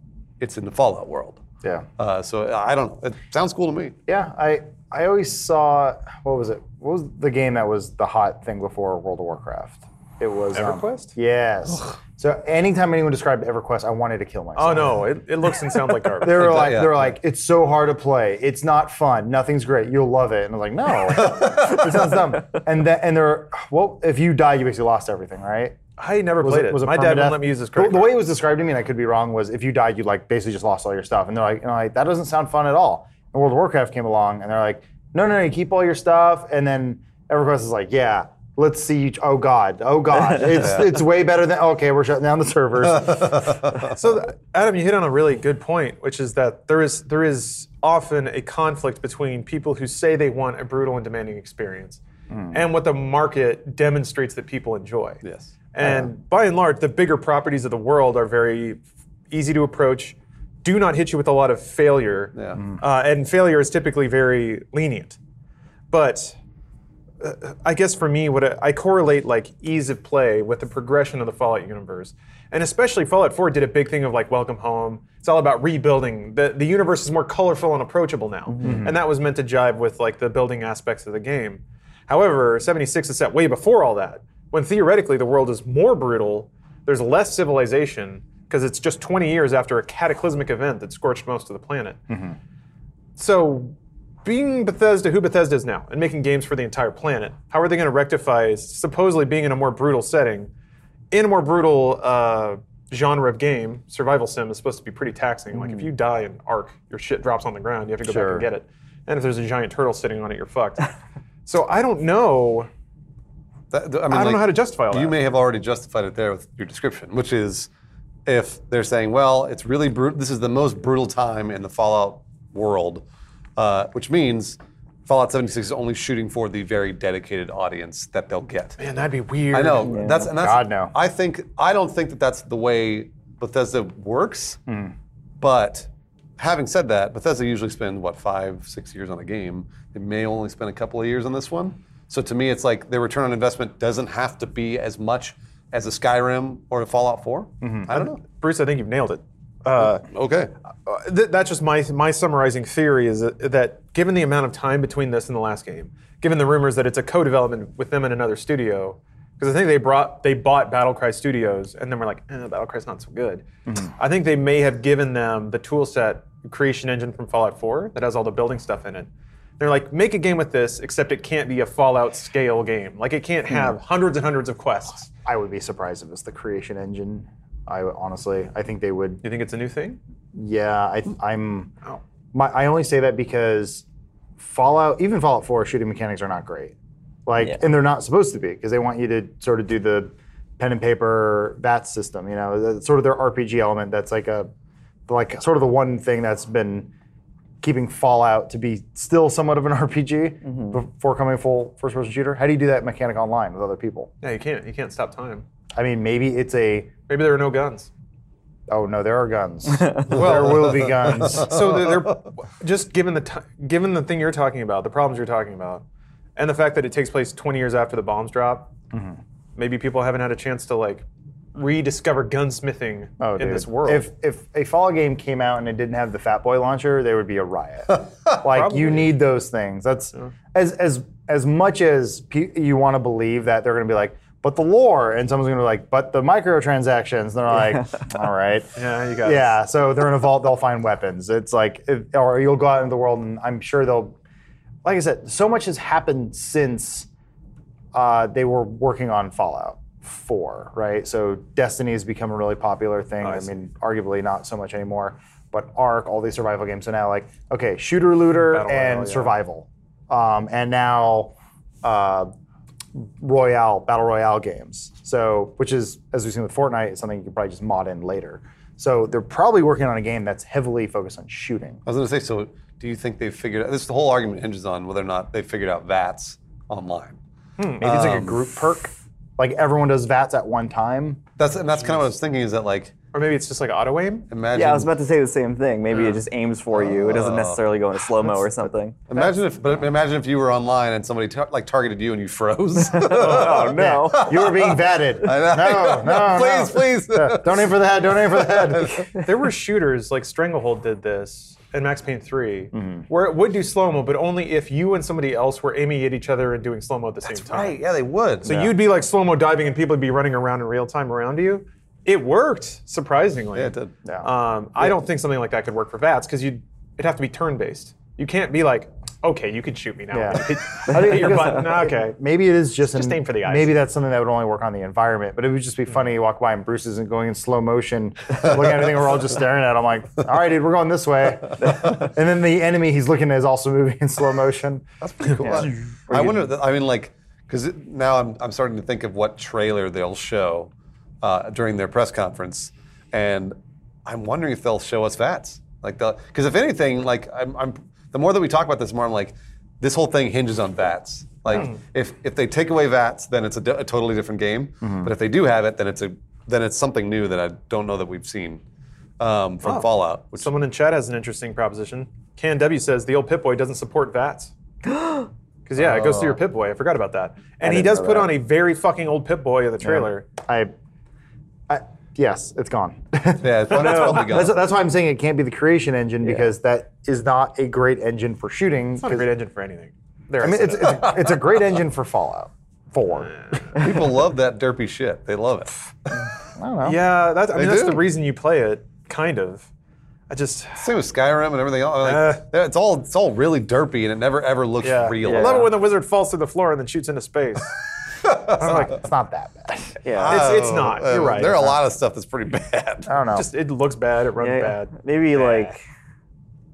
B: it's in the Fallout world.
C: yeah.
B: Uh, so I don't. know. It sounds cool to me.
C: Yeah. I I always saw what was it? What was the game that was the hot thing before World of Warcraft? It was um,
A: EverQuest?
C: yes. So anytime anyone described EverQuest, I wanted to kill myself.
A: oh, no, it, it looks and sounds like garbage.
C: They were like,
B: yeah,
C: they were
B: yeah.
C: like, it's so hard to play. It's not fun. Nothing's great. You'll love it. And I was like, no, it sounds dumb. And then, and there, well, if you die, you basically lost everything, right?
A: I never played it. My dad
C: permadeath?
A: wouldn't let me use his
C: The-
A: credit
C: The, way
A: card.
C: it was described to me, and I could be wrong, was if you died, you like basically just lost all your stuff. And they're like, and I'm like, that doesn't sound fun at all. And World of Warcraft came along, and they're like, no, no, no, you keep all your stuff. And then EverQuest is like, yeah. Let's see. You, oh God! Oh God! It's it's way better than. Okay, we're shutting down the servers.
A: So, th- Adam, you hit on a really good point, which is that there is there is often a conflict between people who say they want a brutal and demanding experience, and what the market demonstrates that people enjoy.
B: Yes.
A: And by and large, the bigger properties of the world are very easy to approach, do not hit you with a lot of failure.
B: Yeah.
A: Uh, and failure is typically very lenient. But uh, I guess for me, what I, I correlate like ease of play with the progression of the Fallout universe, and especially Fallout 4 did a big thing of like Welcome Home. It's all about rebuilding. the The universe is more colorful and approachable now, and that was meant to jive with like the building aspects of the game. However, 76 is set way before all that, when theoretically the world is more brutal. There's less civilization because it's just 20 years after a cataclysmic event that scorched most of the planet. So, being Bethesda, who Bethesda is now, and making games for the entire planet, how are they going to rectify supposedly being in a more brutal setting, in a more brutal uh, genre of game? Survival sim is supposed to be pretty taxing. Like
B: Hmm.
A: if you die in Ark, your shit drops on the ground. You have to go
C: Sure.
A: back and get it. And if there's a giant turtle sitting on it, you're fucked. so I don't know.
B: That- th- I, mean,
A: I don't know
B: like,
A: how to justify all
B: You
A: that.
B: may have already justified it there with your description, which is if they're saying, well, it's really brutal. This is the most brutal time in the Fallout world. uh, which means Fallout 76 is only shooting for the very dedicated audience that they'll get.
A: Man, that'd be weird.
B: I know that's and that's
C: God, no.
B: I think I don't think that that's the way Bethesda works.
C: Hmm.
B: But having said that, Bethesda usually spend what five, six years on a game. They may only spend a couple of years on this one. So to me, it's like their return on investment doesn't have to be as much as a Skyrim or a Fallout 4.
C: Mm-hmm.
B: I don't know.
A: Bruce, I think you've nailed it. Uh,
B: Okay.
A: uh, th- that's just my my summarizing theory is that, that given the amount of time between this and the last game, given the rumors that it's a co-development with them and another studio, because I think they brought they bought Battlecry Studios and then we're like, eh, Battlecry's not so good. I think they may have given them the tool set creation engine from Fallout 4 that has all the building stuff in it. They're like, make a game with this, except it can't be a Fallout scale game. Like it can't have hundreds and hundreds of quests.
C: I would be surprised if it's the creation engine. I honestly, I think they would.
A: You think it's a new thing?
C: Yeah, I, I'm.
A: Oh.
C: My, I only say that because Fallout, even Fallout 4 shooting mechanics are not great. Like,
D: Yeah.
C: and they're not supposed to be because they want you to sort of do the pen and paper bat system. You know, that's sort of their RPG element. That's like a, like sort of the one thing that's been keeping Fallout to be still somewhat of an RPG before coming full first-person shooter. How do you do that mechanic online with other people?
A: Yeah, you can't. You can't stop time.
C: I mean, maybe it's a.
A: Maybe there are no guns.
C: Oh no, there are guns. there will be guns.
A: so they're, they're just given the ti given the thing you're talking about, the problems you're talking about, and the fact that it takes place 20 years after the bombs drop.
B: Mm-hmm.
A: Maybe people haven't had a chance to like rediscover gunsmithing
C: Oh,
A: in
C: dude.
A: this world.
C: If if a Fallout game came out and it didn't have the Fat Boy launcher, there would be a riot. like
A: Probably.
C: you need those things. That's as as as much as pe- you want to believe that they're going to be like, but the lore, and someone's going to be like, but the microtransactions. And they're like, all right.
A: yeah, you got
C: Yeah, so they're in a vault. They'll find weapons. It's like, if, or you'll go out into the world, and I'm sure they'll. Like I said, so much has happened since uh, they were working on Fallout Four, right? So Destiny has become a really popular thing. Oh, I,
A: see.
C: mean, arguably not so much anymore, but Ark, all these survival games. So now, like, okay, shooter, looter,
A: Battle
C: and
A: Royale, yeah.
C: survival, um, and now. Uh, Royale, Battle Royale games. So, which is, as we've seen with Fortnite, is something you can probably just mod in later. So, they're probably working on a game that's heavily focused on shooting.
B: I was going to say, so do you think they've figured out, this the whole argument hinges on whether or not they figured out VATS online.
C: Maybe it's like a group perk. Um, Like everyone does VATS at one time.
B: That's, and that's kind of what I was thinking is that like,
A: Or maybe it's just like auto aim.
B: imagine.
D: Yeah, I was about to say the same thing. Maybe it just aims for you. It
A: Oh.
D: doesn't necessarily go into slow mo or something.
B: Imagine if, but imagine if you were online and somebody tar- like targeted you and you froze.
D: Oh no!
C: You were being VATted. No, no,
B: please,
C: no.
B: please.
C: Yeah, Don't aim for the head. Don't aim for the head.
A: There were shooters like Stranglehold did this in Max Payne 3,
B: Mm-hmm.
A: where it would do slow mo, but only if you and somebody else were aiming at each other and doing slow mo at the same time.
B: Right? Yeah, they would.
A: So you'd be like slow mo diving, and people would be running around in real time around you. It worked surprisingly.
B: Yeah, it did.
C: Yeah.
A: Um, I don't think something like that could work for VATS because you'd it'd have to be turn based. You can't be like, okay, you can shoot me now.
C: Yeah.
A: Hit- hit your button. Okay.
C: Maybe it is just, an,
A: aim for the eyes.
C: Maybe that's something that would only work on the environment, but it would just be funny. You walk by and Bruce isn't going in slow motion, looking at anything. We're all just staring at. Him. I'm like, all right, dude, we're going this way. and then the enemy he's looking at is also moving in slow motion.
B: That's pretty cool. I, I wonder. That, I mean, like, because now I'm, I'm starting to think of what trailer they'll show uh, during their press conference, and I'm wondering if they'll show us VATS. Like, because if anything, like, I'm, I'm the more that we talk about this, the more I'm like, this whole thing hinges on VATS. Like, if if they take away VATS, then it's a, di- a totally different game. But if they do have it, then it's a then it's something new that I don't know that we've seen um, from Fallout. Which
A: Someone in chat has an interesting proposition. Can W says the old Pip Boy doesn't support VATS. Because yeah, it goes through your Pip Boy. I forgot about that. And he
D: didn't
A: does
D: know
A: put
D: that.
A: on a very fucking old Pip Boy in the trailer.
C: I, I yes, it's gone.
B: yeah, it's probably, it's probably gone.
C: That's, that's why I'm saying it can't be the creation engine because that is not a great engine for shooting.
A: Not a great engine for anything. There.
C: I mean, it's, it's, it's a great engine for Fallout 4.
B: People love that derpy shit. They love it.
C: I don't know.
A: yeah, that's, I mean,
B: They
A: that's
B: do.
A: the reason you play it, kind of. I just.
B: Same with Skyrim and everything else. Like, it's all it's all really derpy and it never ever looks
A: Uh. Yeah.
B: real.
A: I love it
D: Yeah.
A: when the wizard falls through the floor and then shoots into space.
C: It's not, it's not that bad.
D: Yeah.
A: It's, it's not.
B: Uh,
A: You're right. Uh-huh.
B: There are
A: It's
B: a
A: not.
B: lot of stuff that's pretty bad.
C: I don't know.
A: Just it looks bad. It runs
D: Yeah, yeah.
A: bad.
D: Maybe like,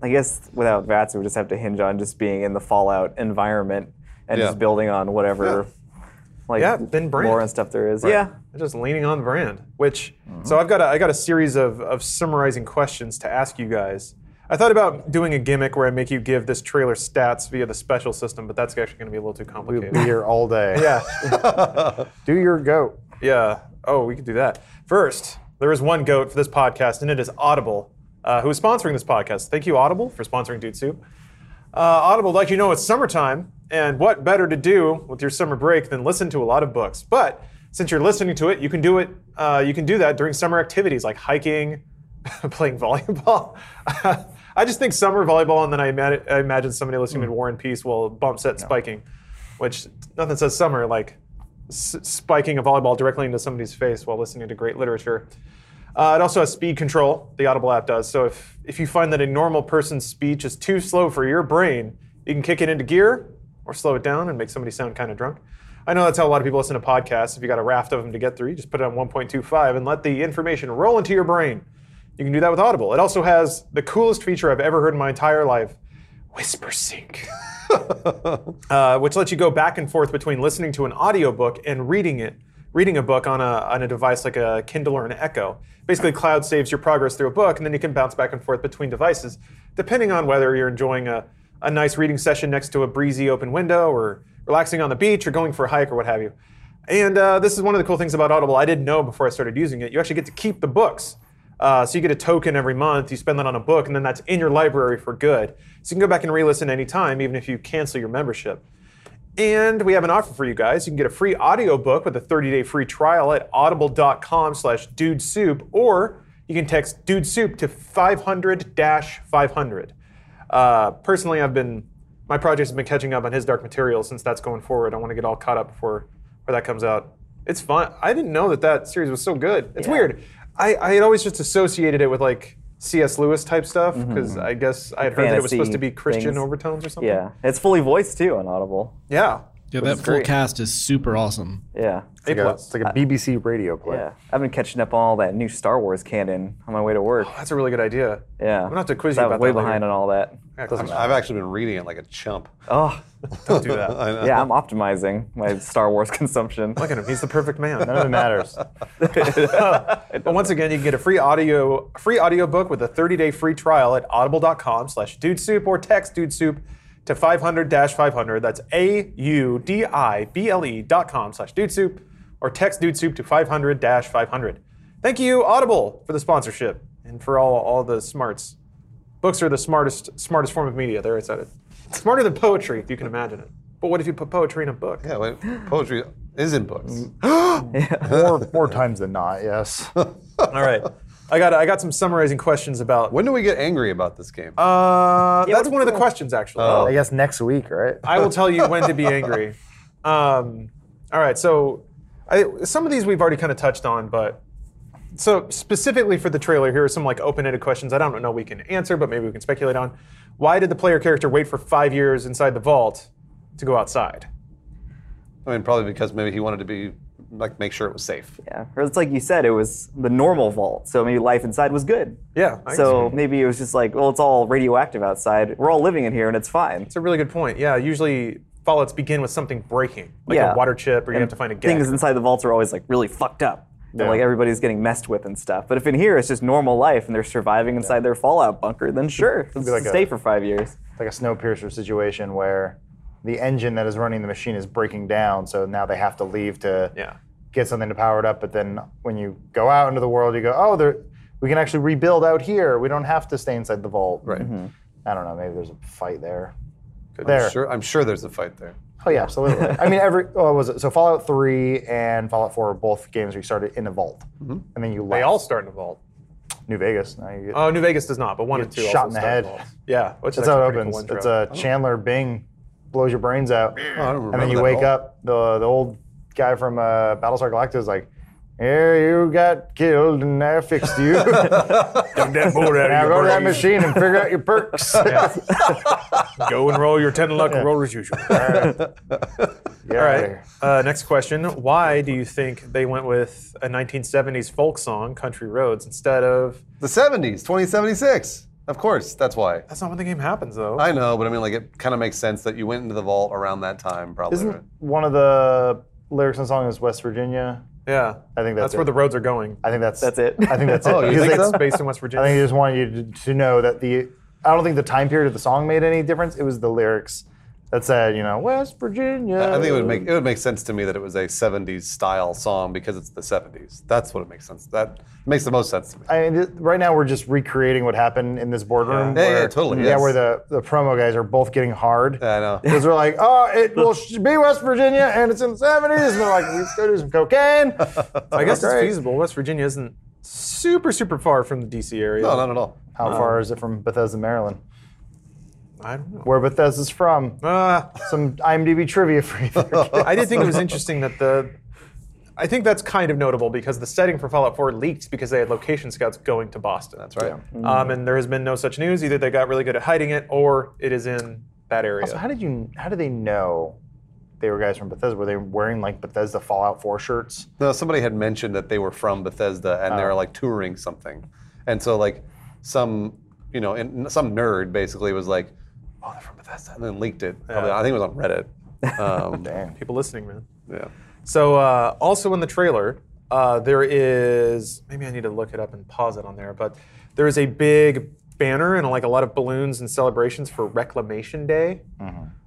D: I guess without VATS, it would just have to hinge on just being in the Fallout environment and
B: Yeah.
D: just building on whatever, like
A: Yeah, then brand.
D: lore and stuff there is. Yeah.
A: They're just leaning on brand. Which so I've got a, I got a series of of summarizing questions to ask you guys. I thought about doing a gimmick where I make you give this trailer stats via the special system, but that's actually going to be a little too
C: We'll
A: complicated.
C: be here all day.
A: yeah,
C: Do your goat.
A: yeah. Oh, we could do that. First, there is one goat for this podcast, and it is Audible, uh, who is sponsoring this podcast. Thank you, Audible, for sponsoring Dude Soup. Uh, Audible, like you know, it's summertime, and what better to do with your summer break than listen to a lot of books? But since you're listening to it, you can do it. Uh, you can do that during summer activities like hiking, playing volleyball. I just think summer volleyball, and then I, ima- I imagine somebody listening to War and Peace will bump set spiking, which nothing says summer like s- spiking a volleyball directly into somebody's face while listening to great literature. Uh, it also has speed control. The Audible app does. So if if you find that a normal person's speech is too slow for your brain, you can kick it into gear or slow it down and make somebody sound kind of drunk. I know that's how a lot of people listen to podcasts. If you got a raft of them to get through, you just put it on 1.25 and let the information roll into your brain. You can do that with Audible. It also has the coolest feature I've ever heard in my entire life: whisper sync. uh, which lets you go back and forth between listening to an audiobook and reading it, reading a book on a, on a device like a Kindle or an Echo. Basically, cloud saves your progress through a book, and then you can bounce back and forth between devices, depending on whether you're enjoying a, a nice reading session next to a breezy open window, or relaxing on the beach, or going for a hike, or what have you. And uh, this is one of the cool things about Audible. I didn't know before I started using it. You actually get to keep the books. Uh, so you get a token every month. You spend that on a book, and then that's in your library for good. So you can go back and re-listen anytime, even if you cancel your membership. And we have an offer for you guys. You can get a free audiobook with a 30-day free trial at audible.com slash dudesoup, or you can text dude soup to 500-500. Uh, personally, I've been, my project's been catching up on his Dark Materials since that's going forward. I want to get all caught up before, before that comes out. It's fun. I didn't know that that series was so good. It's weird. I, I had always just associated it with like C.S. Lewis type stuff because I guess I had heard that it was
D: Mm-hmm, Fantasy
A: supposed to be Christian
D: things.
A: overtones or something.
D: Yeah, it's fully voiced too on Audible.
A: Yeah.
E: Yeah, that
D: is
E: full
D: great.
E: cast is super awesome.
D: Yeah,
A: A
C: Like a-
A: plus.
C: It's like a BBC radio play.
D: yeah. I've been catching up on all that new Star Wars canon on my way to work.
A: That's a really good idea.
D: Yeah,
A: I'm gonna have to quiz you
D: I was
A: about
D: way
A: that later.
D: behind on all that.
A: Yeah,
B: I've actually been reading it like a chump.
D: Oh,
A: don't do that.
B: I know.
D: yeah, I'm optimizing my Star Wars consumption.
A: Look at him. He's the perfect man.
C: None of it matters.
A: but once again, you can get a free audio free audiobook with a 30-day free trial at audible.com slash dudesoup or text dudesoup to 500-500. That's A-U-D-I-B-L-E E dot com slash dudesoup or text dudesoup to 500-500. Thank you, Audible, for the sponsorship and for all, all the smarts. Books are the smartest smartest form of media. There I said it. Smarter than poetry, if you can imagine it. But what if you put poetry in a book?
B: Yeah, wait, poetry is in books.
C: more, more times than not, yes.
A: All right. I got I got some summarizing questions about.
B: When do we get angry about this game?
A: Uh, that's
D: what-
A: one of the questions actually.
C: I guess next week, right?
D: Oh.
A: I will tell you when to be angry. Um, all right. So I, some of these we've already kind of touched on, but so specifically for the trailer, here are some like open-ended questions. I don't know we can answer, but maybe we can speculate on. Why did the player character wait for five years inside the vault to go outside?
B: I mean, probably because maybe he wanted to be like make sure it was safe.
D: Yeah, or it's like you said, it was the normal vault, so maybe life inside was good.
A: Yeah. I
D: So maybe it was just like, well, it's all radioactive outside. We're all living in here, and it's fine.
A: It's a really good point. Yeah. Usually fallouts begin with something breaking, like
D: Yeah.
A: a water chip, or you have to find a gap.
D: Things inside the vaults are always like really fucked up. And like everybody's getting messed with and stuff. But if in here it's just normal life and they're surviving inside their fallout bunker, then sure, let's
C: like
D: stay
C: a-
D: for five years.
C: like a Snowpiercer situation where the engine that is running the machine is breaking down, so now they have to leave to
A: Yeah.
C: get something to power it up. But then when you go out into the world, you go, oh, there, we can actually rebuild out here. We don't have to stay inside the vault.
B: Right.
C: I don't know. Maybe there's a fight there.
A: Could
C: there.
B: Sure, I'm sure there's a fight there.
C: Oh yeah, absolutely. I mean, every oh, what was it? So Fallout Three and Fallout Four are both games where you started in a vault,
B: Mm-hmm.
C: and then you left
A: They all start in a vault.
C: New Vegas. Now you get,
A: Oh, New Vegas does not, but one and two.
C: shot
A: also
C: in the
A: start
C: head.
A: vaults. Yeah, oh, which
C: that's
A: is
C: how
A: actually
C: it
A: a pretty
C: opens.
A: Cool
C: it's
A: intro. Oh.
C: a Chandler Bing blows your brains out.
B: Oh, I don't
C: and then
B: remember
C: you
B: that
C: wake
B: at all.
C: up the the old guy from uh, Battlestar Galactica is like, "Yeah, you got killed, and I fixed you. now
A: that boat out
C: go to that machine and figure out your perks."
A: Go and roll your ten and luck and roll as usual. All
C: Yeah.
A: right. Uh, next question: Why do you think they went with a 1970s folk song, "Country Roads," instead of?
B: The 70s, 2076. Of course, that's why.
A: That's not when the game happens, though.
B: I know, but I mean, like, it kind of makes sense that you went into the vault around that time, probably. right?
C: Isn't one of the lyrics in the song is West Virginia?
A: yeah,
C: I think that's
A: that's where
C: it.
A: the roads are going.
C: I think that's
D: That's it.
C: I think that's
B: Oh,
C: it.
B: you
C: Because
B: think
C: they-
B: so?
A: Based in West
C: I
A: Virginia.
C: think they just want you to, to know that the I don't think the time period of the song made any difference. It was the lyrics that said, you know, West Virginia.
B: I think it would make it would make sense to me that it was a '70s style song because it's the '70s. That's what it makes sense. That makes the most sense to me.
C: I mean, th- right now we're just recreating what happened in this boardroom.
B: Yeah. Yeah, yeah,
C: where-
B: totally,
C: Yeah,
B: yes.
C: where the, the promo guys are both getting hard.
B: I know.
C: Because we're like, oh, it will sh- be West Virginia and it's in the 70s. And they're like, let's go do some cocaine.
A: I guess it's
C: Great.
A: feasible. West Virginia isn't super, super far from the DC area.
B: No, not at all.
C: How far is it from Bethesda, Maryland?
A: I don't know.
C: Where Bethesda's from.
A: Uh,
C: Some IMDb trivia for you. there.
A: I did think it was interesting that the. I think that's kind of notable because the setting for Fallout 4 leaked because they had location scouts going to Boston. That's
B: Right.
A: Um, and there has been no such news. Either they got really good at hiding it, or it is in that area.
C: So how did you? How did they know they were guys from Bethesda? Were they wearing like Bethesda Fallout 4 shirts?
B: No, somebody had mentioned that they were from Bethesda and they were like touring something, and so like some you know and some nerd basically was like, "Oh, they're from Bethesda," and then leaked it. Probably- I think it was on Reddit. Um,
C: Damn.
A: People listening, man.
B: yeah.
A: So uh, also in the trailer, uh, there is maybe I need to look it up and pause it on there, but there is a big banner and like a lot of balloons and celebrations for Reclamation Day,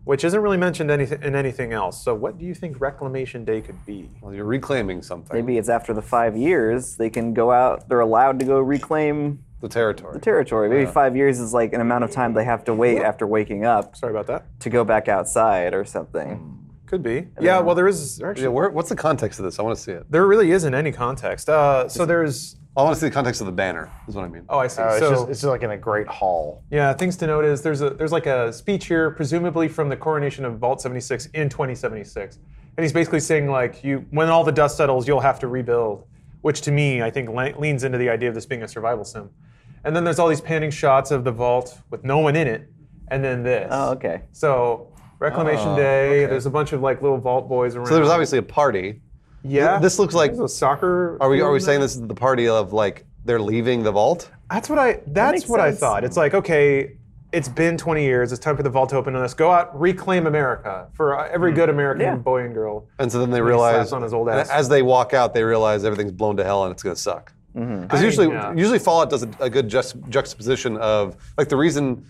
A: which isn't really mentioned anyth- in anything else. So what do you think Reclamation Day could be?
B: Well, you're reclaiming something.
D: Maybe it's after the five years they can go out. They're allowed to go reclaim
B: the territory.
D: territory. Maybe five years is like an amount of time they have to wait after waking up
A: Sorry about that.
D: to go back outside or
B: Mm.
D: something.
A: Could be. Yeah. Well, there is
B: yeah,
A: actually
B: where, what's the context of this? I want to see it.
A: there really isn't any context. Uh, so there's.
B: I want to see the context of the banner. Is what I mean.
A: Oh, I see.
C: Oh, it's,
A: so
C: just, it's just like in a great hall.
A: Yeah, things to note is there's a there's like a speech here, presumably from the coronation of Vault 76 in 2076, and he's basically saying like you when all the dust settles, you'll have to rebuild, which to me I think le- leans into the idea of this being a survival sim. And then there's all these panning shots of the vault with no one in it, and then this.
D: Oh, okay.
A: So Reclamation
B: Oh,
A: Day.
B: okay.
A: There's a bunch of like little vault boys around.
B: So there's obviously a party.
A: yeah.
B: this looks like-
A: There's a soccer.
B: Are we are we
A: field
B: saying this is the party of like they're leaving the vault?
A: That's what I. That's
D: makes
A: what I
D: sense.
A: thought. It's like okay, it's been 20 years. It's time for the vault to open. on us go out, reclaim America for uh,
C: Hmm.
A: every good American
D: Yeah.
A: boy and girl.
B: And so then they realize
A: slaps on his old
B: and
A: ass.
B: as they walk out, they realize everything's blown to hell and it's gonna suck. Because usually
A: Mm-hmm. yeah.
B: usually Fallout does a, a good just, juxtaposition of like the reason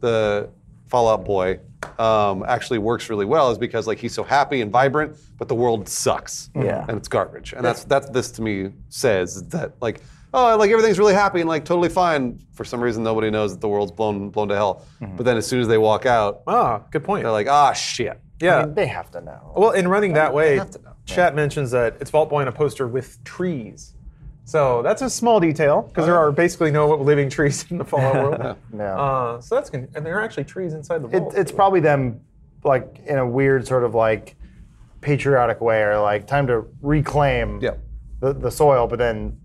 B: the Fallout Boy um, actually works really well is because like he's so happy and vibrant, but the world sucks.
A: Mm-hmm.
D: Yeah.
B: And it's garbage. And that's that's this to me says that like oh like everything's really happy and like totally fine. For some reason nobody knows that the world's blown blown to hell.
A: Mm-hmm.
B: But then as soon as they walk out,
A: Ah, good point.
B: they're like ah shit.
A: yeah. Oh,
C: I mean, they have to know.
A: well, in running that way,
B: have to know.
A: chat mentions that it's Vault Boy on a poster with trees. So that's a small detail because there are basically no living trees in the Fallout world.
C: Oh, No.
A: Uh, so that's con- and there are actually trees inside the
C: It,
A: vault.
C: it's probably them, like in a weird sort of like patriotic way, or like time to reclaim
B: Yeah.
C: the, the soil. But then,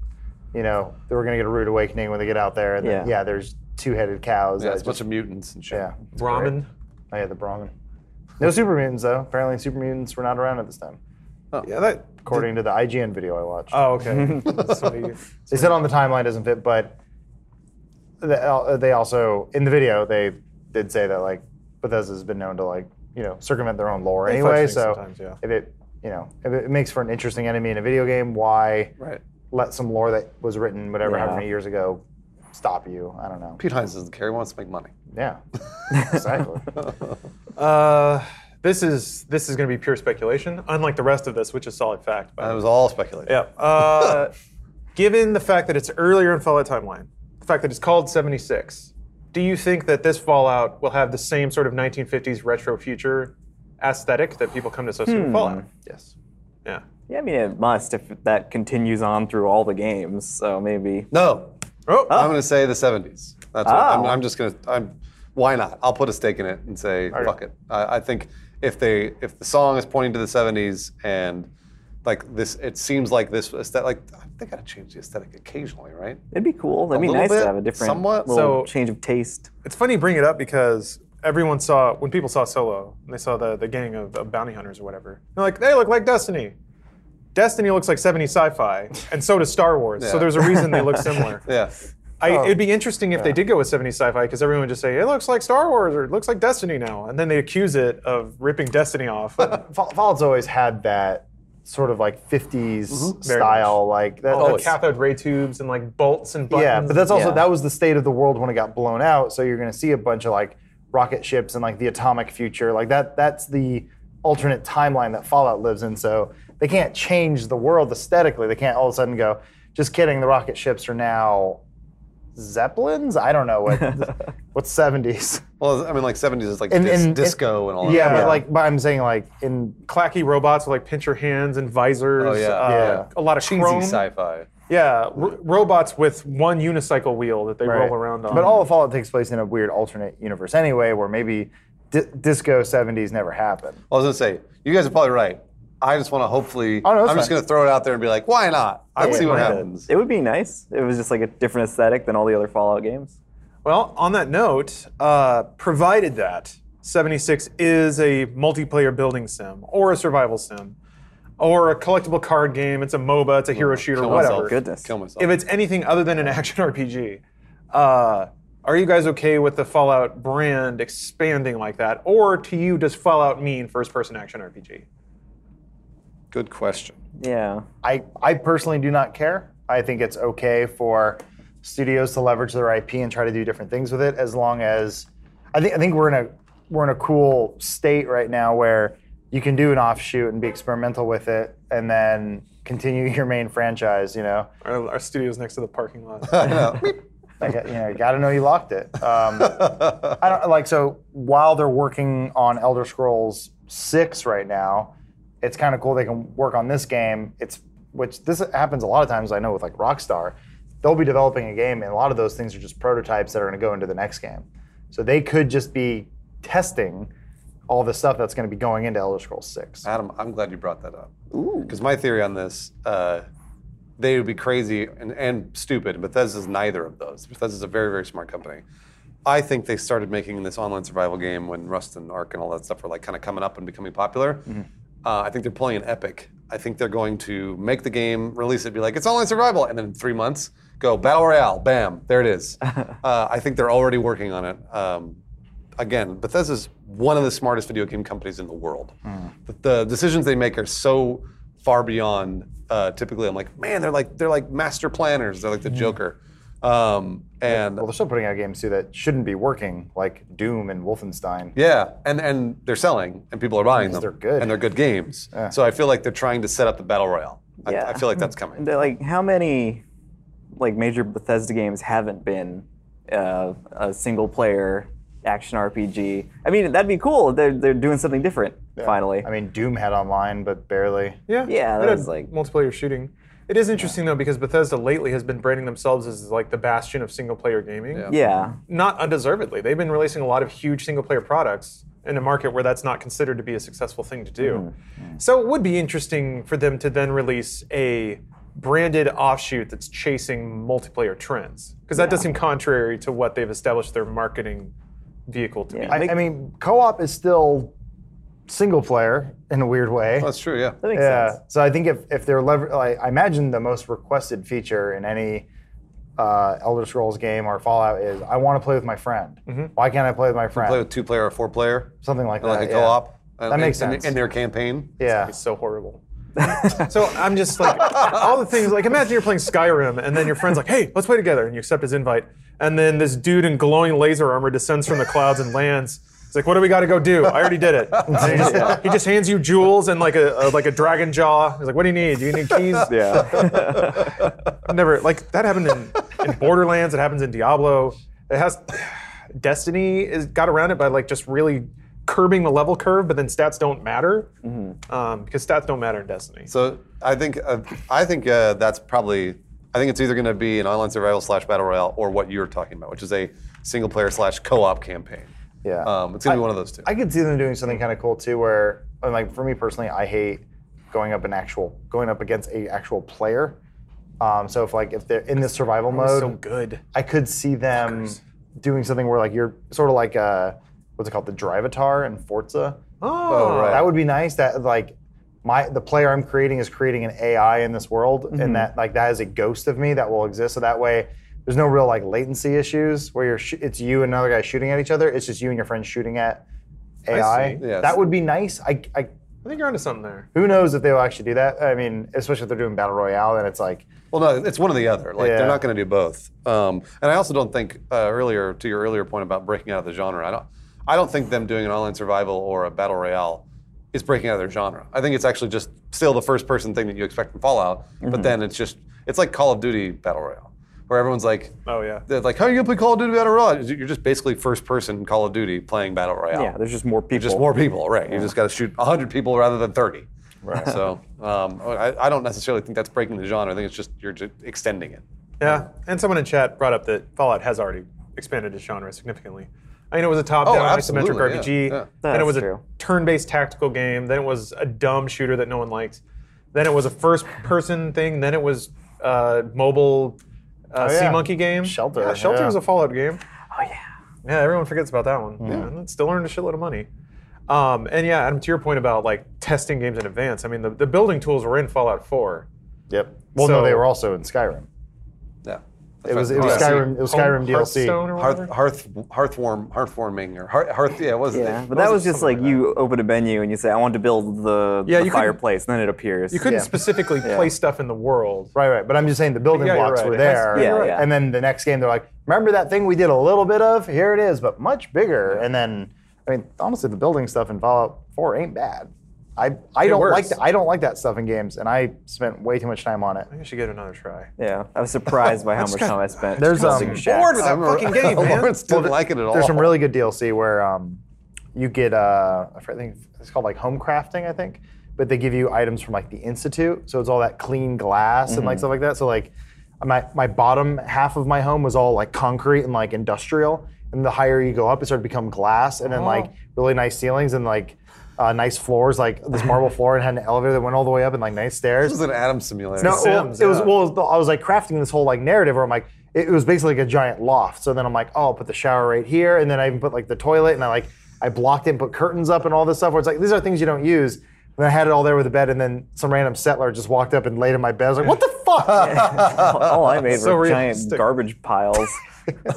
C: you know, they were gonna get a rude awakening when they get out there. And then,
D: Yeah.
C: yeah, there's two-headed cows.
B: Yeah,
C: that
B: it's a bunch
C: just-
B: of mutants and shit.
C: yeah.
A: ramen.
C: Oh yeah, the Brahmin. No super mutants though. Apparently, super mutants were not around at this time, Oh.
A: Yeah. That.
C: according to the IGN video I watched.
A: Oh, okay. That's what you-
C: They said on the timeline doesn't fit, but the- uh, they also in the video they did say that like Bethesda's been known to like you know circumvent their own lore
A: They fudge
C: anyway.
A: things
C: So
A: sometimes, yeah.
C: if it you know if it makes for an interesting enemy in a video game, why
B: Right.
C: let some lore that was written whatever how
D: Yeah.
C: many years ago stop you? I don't know.
B: Pete Hines doesn't care. He wants to make money.
C: Yeah, exactly.
A: Uh, this is this is going to be pure speculation, unlike the rest of this, which is solid fact. By
B: That
A: the way.
B: was all speculative.
A: Yeah. Uh, given the fact that it's earlier in Fallout timeline, the fact that it's called 76, do you think that this Fallout will have the same sort of 1950s retro future aesthetic that people come to associate with Fallout?
B: Yes.
A: Yeah.
D: Yeah, I mean it must if that continues on through all the games. So maybe.
B: No.
A: Oh,
B: I'm going to say the 70s. That's what, I'm,
D: Oh.
B: I'm just going to. I'm. Why not? I'll put a stake in it and say fuck it. I, I think if they if the song is pointing to the 70s and like this, it seems like this aesthetic. Like they got to change the aesthetic occasionally, right?
D: It'd be cool. That'd be
B: little
D: nice
B: bit,
D: to have a different
B: somewhat.
D: little
A: So-
D: change of taste.
A: it's funny you bring it up because everyone saw when people saw Solo and they saw the, the gang of, of bounty hunters or whatever. They're like, they look like Destiny. Destiny looks like 70 sci-fi, and so does Star Wars. So
B: Yeah.
A: there's a reason they look similar.
B: Yeah.
A: I,
C: Oh,
A: it'd be interesting if they did go with 70s sci-fi because everyone would just say it looks like Star Wars or it looks like Destiny now, and then they accuse it of ripping Destiny off.
C: Fall- Fallout's always had that sort of like 50s
A: Mm-hmm. Very
C: style, like that,
A: All the
C: that's-
A: cathode ray tubes and like bolts and buttons.
C: Oh, yeah, but that's also
D: Yeah.
C: that was the state of the world when it got blown out. So you're going to see a bunch of like rocket ships and like the atomic future, like that. That's the alternate timeline that Fallout lives in. So they can't change the world aesthetically. They can't all of a sudden go, just kidding. The rocket ships are now zeppelins. I don't know what what's seventies.
B: Well, I mean, like '70s is like
C: And-
B: dis-
C: and- and-
B: disco and all that.
C: Yeah,
B: stuff.
C: but like, but I'm saying like in
A: clacky robots with like pincher hands and visors.
B: Oh, yeah.
A: Uh,
C: Yeah.
A: A lot of
B: cheesy
A: chrome.
B: sci-fi.
A: Yeah, ro- robots with one unicycle wheel that they
C: Right.
A: roll around on.
C: But all of Fallout takes place in a weird alternate universe anyway, where maybe di- disco seventies never happened.
B: I was gonna say, you guys are probably right. I just want to hopefully.
C: Oh, no,
B: I'm
C: that's
B: just
C: fine.
B: gonna throw it out there and be like, why not? I'll
C: Yeah,
B: see what
C: why not?
B: happens.
D: It would be nice. It was just like a different aesthetic than all the other Fallout games.
A: Well, on that note, uh, provided that 76 is a multiplayer building sim or a survival sim or a collectible card game, it's a MOBA, it's a hero shooter,
B: Kill
A: whatever.
B: myself.
D: Goodness.
B: Kill myself.
A: If it's anything other than an action RPG, uh, are you guys okay with the Fallout brand expanding like that? Or to you, does Fallout mean first person action RPG?
B: Good question.
D: Yeah.
C: I, I personally do not care. I think it's okay for studios to leverage their IP and try to do different things with it as long as I think I think we're in a we're in a cool state right now where you can do an offshoot and be experimental with it and then continue your main franchise, you know.
A: Our, our studio's next to the parking lot.
C: I got, you know, got to know you locked it. Um, I don't like so while they're working on Elder Scrolls Six right now, it's kind of cool they can work on this game. It's which this happens a lot of times. I know with like Rockstar, they'll be developing a game, and a lot of those things are just prototypes that are going to go into the next game. So they could just be testing all the stuff that's going to be going into Elder Scrolls Six.
B: Adam, I'm glad you brought that up. Because my theory on this, uh, they would be crazy and, and stupid. Bethesda's neither of those. Bethesda's a very, very smart company. I think they started making this online survival game when Rust and Ark and all that stuff were like kind of coming up and becoming popular. Uh, I think they're playing Epic. I think they're going to make the game, release it, be like, it's online survival. And then in three months, go Battle Royale, bam, there it is. uh, I think they're already working on it. Um, again, Bethesda's one of the smartest video game companies in the world. The, the decisions they make are so far beyond. Uh, typically, I'm like, man, they're like they're like master planners. They're like the Joker. Um, and
C: Well, they're still putting out games too that shouldn't be working, like Doom and Wolfenstein.
B: yeah, and and they're selling, and people are buying them.
C: they're good.
B: and they're good games. So I feel like they're trying to set up the battle royale. I,
D: Yeah.
B: I feel like that's coming.
D: And, uh, like how many like major Bethesda games haven't been uh, a single player action RPG? I mean, that'd be cool. They're they're doing something different finally.
C: I mean, Doom had online, but barely.
A: Yeah.
D: Yeah,
A: it
D: that
A: had
D: was like-
A: multiplayer shooting. It is interesting though because Bethesda lately has been branding themselves as like the bastion of single player gaming.
B: Yeah.
D: yeah.
A: Not undeservedly. They've been releasing a lot of huge single player products in a market where that's not considered to be a successful thing to do.
D: Mm-hmm.
A: So it would be interesting for them to then release a branded offshoot that's chasing multiplayer trends because that does seem contrary to what they've established their marketing vehicle to
D: Yeah.
A: be.
C: I, I mean, co-op is still single player in a weird way.
B: That's true. Yeah.
D: That makes
C: yeah.
D: sense.
C: So I think if if they're lever- like, I imagine the most requested feature in any uh, Elder Scrolls game or Fallout is I want to play with my friend. Why can't I play with my friend?
B: Mm-hmm. Play with two player or four player,
C: Something like that.
B: like a
C: yeah.
B: co-op. uh,
C: That makes
B: in,
C: sense.
B: in their campaign.
C: Yeah.
A: It's so horrible. so I'm just like all the things. Like imagine you're playing Skyrim, and then your friend's like, "Hey, let's play together," and you accept his invite, and then this dude in glowing laser armor descends from the clouds and lands. It's like, "What do we got to go do? I already did it." And he, just, he just hands you jewels and like a, a like a dragon jaw. He's like, "What do you need? Do you need keys?"
D: Yeah.
A: I've never like that happened in, in Borderlands. It happens in Diablo. It has Destiny is got around it by like just really curbing the level curve, but then stats don't matter um, because stats don't matter in Destiny.
B: So I think uh, I think uh, that's probably I think it's either going to be an online survival slash battle royale or what you're talking about, which is a single player slash co-op campaign.
C: Yeah.
B: Um, it's going to be one of those two.
C: I could see them doing something kind of cool too, where and like for me personally, I hate going up an actual going up against a actual player. Um, so if like if they're in this survival mode,
A: so good.
C: I could see them doing something where like you're sort of like uh what's it called the Drivatar in Forza.
A: Oh,
B: right.
C: That would be nice. That like my the player I'm creating is creating an AI in this world, and that like that is a ghost of me that will exist. So that way, there's no real like latency issues where you're sh- it's you and another guy shooting at each other. It's just you and your friend shooting at AI.
A: see.
B: Yes.
C: That would be nice. I I
A: I think you're onto something there.
C: Who knows if they will actually do that? I mean, especially if they're doing battle royale, and it's like
B: Well, no, it's one or the other. Like
C: Yeah.
B: they're not going to do both. Um, and I also don't think uh, earlier to your earlier point about breaking out of the genre. I don't. I don't think them doing an online survival or a battle royale is breaking out of their genre. I think it's actually just still the first person thing that you expect from Fallout. But then it's just it's like Call of Duty battle royale, where everyone's like,
A: Oh yeah.
B: they're like, how are you going to play Call of Duty battle royale? You're just basically first person Call of Duty playing battle royale.
D: Yeah, there's just more people.
B: just more people, right? You just got to shoot 100 people rather than 30. Right. So um, I, I don't necessarily think that's breaking the genre. I think it's just you're just extending it.
A: Yeah, and someone in chat brought up that Fallout has already expanded its genre significantly. I mean, it was a top-down
B: Oh,
A: isometric
B: absolutely, yeah,
A: RPG,
B: yeah.
A: then it
D: That's
A: was
D: true.
A: a turn-based tactical game, then it was a dumb shooter that no one liked, then it was a first-person thing, then it was uh, mobile uh,
C: Oh, yeah.
A: Sea Monkey game.
C: Shelter,
A: Yeah, Shelter
C: yeah.
A: was a Fallout game.
D: Oh yeah.
A: Yeah, everyone forgets about that one. Yeah, and it still earned a shitload of money. Um, and yeah, Adam, to your point about like testing games in advance, I mean, the, the building tools were in Fallout 4.
C: yep. Well,
A: So-
C: no, they were also in Skyrim.
B: Yeah.
C: It was it was
A: DLC.
C: Skyrim. It was Skyrim DLC.
A: Hearthstone or whatever?
B: Hearth, hearth, hearthwarm, hearthwarming, or hearth, hearth yeah, what was it?
D: Yeah,
B: What
D: but that
B: it?
D: was just
B: Something
D: like you open a menu and you say, "I want to build the,
A: Yeah,
D: the
A: you couldn't-
D: fireplace," and then it appears.
A: You couldn't
C: Yeah.
A: specifically place stuff in the world.
C: Right, right. But I'm just saying the building
A: Yeah, you're
C: blocks
A: right.
C: were
A: It has-
C: there.
D: Yeah, you're right. yeah.
C: And then the next game, they're like, remember that thing we did a little bit of? Here it is, but much bigger. And then, I mean, honestly, the building stuff in Fallout 4 ain't bad. I, I
A: It
C: don't
A: works.
C: like that. I don't like that stuff in games, and I spent way too much time on it.
A: I think I should give it another try.
D: Yeah, I was surprised by how much time I spent.
C: There's
A: Causing
C: um,
A: shit. bored with that
B: I remember-
A: fucking game, man.
B: Lawrence didn't like it at all.
C: there's some really good DLC where um, you get uh, I think it's called like home crafting, I think, but they give you items from like the institute, so it's all that clean glass and
B: Mm-hmm.
C: like stuff like that. So like my my bottom half of my home was all like concrete and like industrial, and the higher you go up, it started to become glass, and then
B: Oh.
C: like really nice ceilings and like. Uh, nice floors, like this marble floor, and had an elevator that went all the way up and like nice stairs.
B: This was an Adam simulator.
C: No, well,
A: Sims,
C: it was
A: yeah.
C: well. the- I was like crafting this whole like narrative where I'm like, it, it was basically like a giant loft. So then I'm like, oh, I'll put the shower right here, and then I even put like the toilet, and I like I blocked it and put curtains up and all this stuff. Where it's like these are things you don't use. And I had it all there with the bed, and then some random settler just walked up and laid in my bed. I was like, what the fuck?
D: all, all I made
A: So
D: were giant
A: realistic.
D: garbage piles.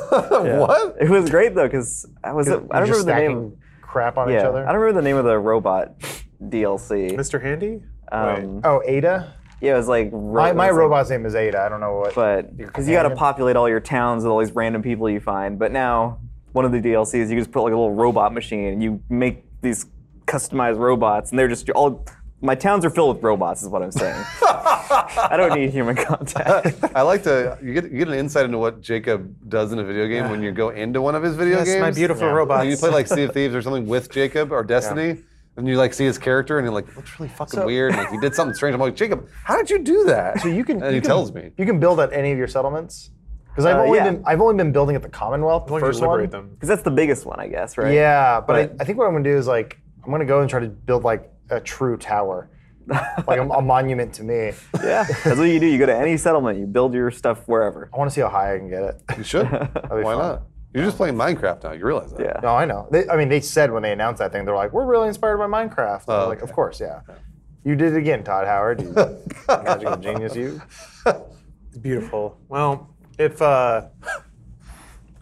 B: what?
D: It was great though because I was I don't
C: You're
D: remember
C: just
D: the name.
C: stacking Crap on
D: Yeah,
C: each
D: I
C: other.
D: don't remember the name of the robot DLC.
A: Mr. Handy?
D: Um,
C: oh, Ada.
D: Yeah, it was like ro-
C: My,
D: it
C: my
D: was, like,
C: robot's name is Ada. I don't know what.
D: but because you got to
C: companion.
D: populate all your towns with all these random people you find. But now one of the DLCs, you just put like a little robot machine, and you make these customized robots, and they're just all. My towns are filled with robots, is what I'm saying. I don't need human contact.
B: I like to you get you get an insight into what Jacob does in a video game when you go into one of his video
A: Yes,
B: games.
A: my beautiful
C: Yeah.
A: robot.
B: And you play like Sea of Thieves or something with Jacob or Destiny, and you like see his character and you're like, looks really fucking weird. and, like he did something strange. I'm like, Jacob, how did you do that?
C: So you can.
B: And
C: you
B: he
C: can-
B: tells me.
C: You can build at any of your settlements. Because I've
D: Uh,
C: only
D: yeah.
C: been I've only been building at the Commonwealth. The
A: Why don't you
C: first
A: liberate
C: one.
A: them?
D: Because that's the biggest one, I guess, right?
C: Yeah, but,
D: But-
C: I, I think what I'm gonna do is like I'm gonna go and try to build like a true tower, like a, a monument to me.
D: Yeah. That's what you do. You go to any settlement, you build your stuff wherever.
C: I want to see how high I can get it.
B: You should.
C: be
B: Why
C: fun.
B: not? You're just playing Minecraft now. You realize that.
D: Yeah.
C: No, I know. They, I mean, they said when they announced that thing, they're like, "We're really inspired by Minecraft."
D: Oh,
C: And I was like, of course, yeah. You did it again, Todd Howard. You magical genius, you.
A: It's beautiful. Well, if uh,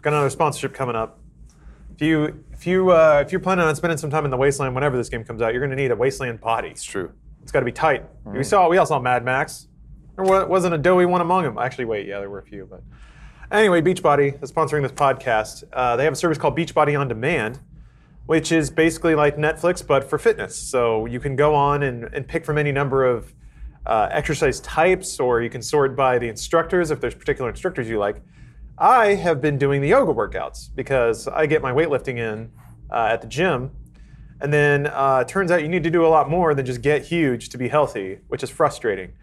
A: got another sponsorship coming up. If you if you uh, if you're planning on spending some time in the wasteland whenever this game comes out, you're gonna need a wasteland body.
B: It's true.
A: It's gotta be tight. We saw we all saw Mad Max. There wa- wasn't a doughy one among them. Actually, wait, yeah, there were a few, but anyway, Beachbody is sponsoring this podcast. Uh, they have a service called Beachbody on Demand. which is basically like Netflix but for fitness. So you can go on and, and pick from any number of uh, exercise types, or you can sort by the instructors if there's particular instructors you like. I have been doing the yoga workouts because I get my weightlifting in uh, at the gym. And then uh, it turns out you need to do a lot more than just get huge to be healthy, which is frustrating.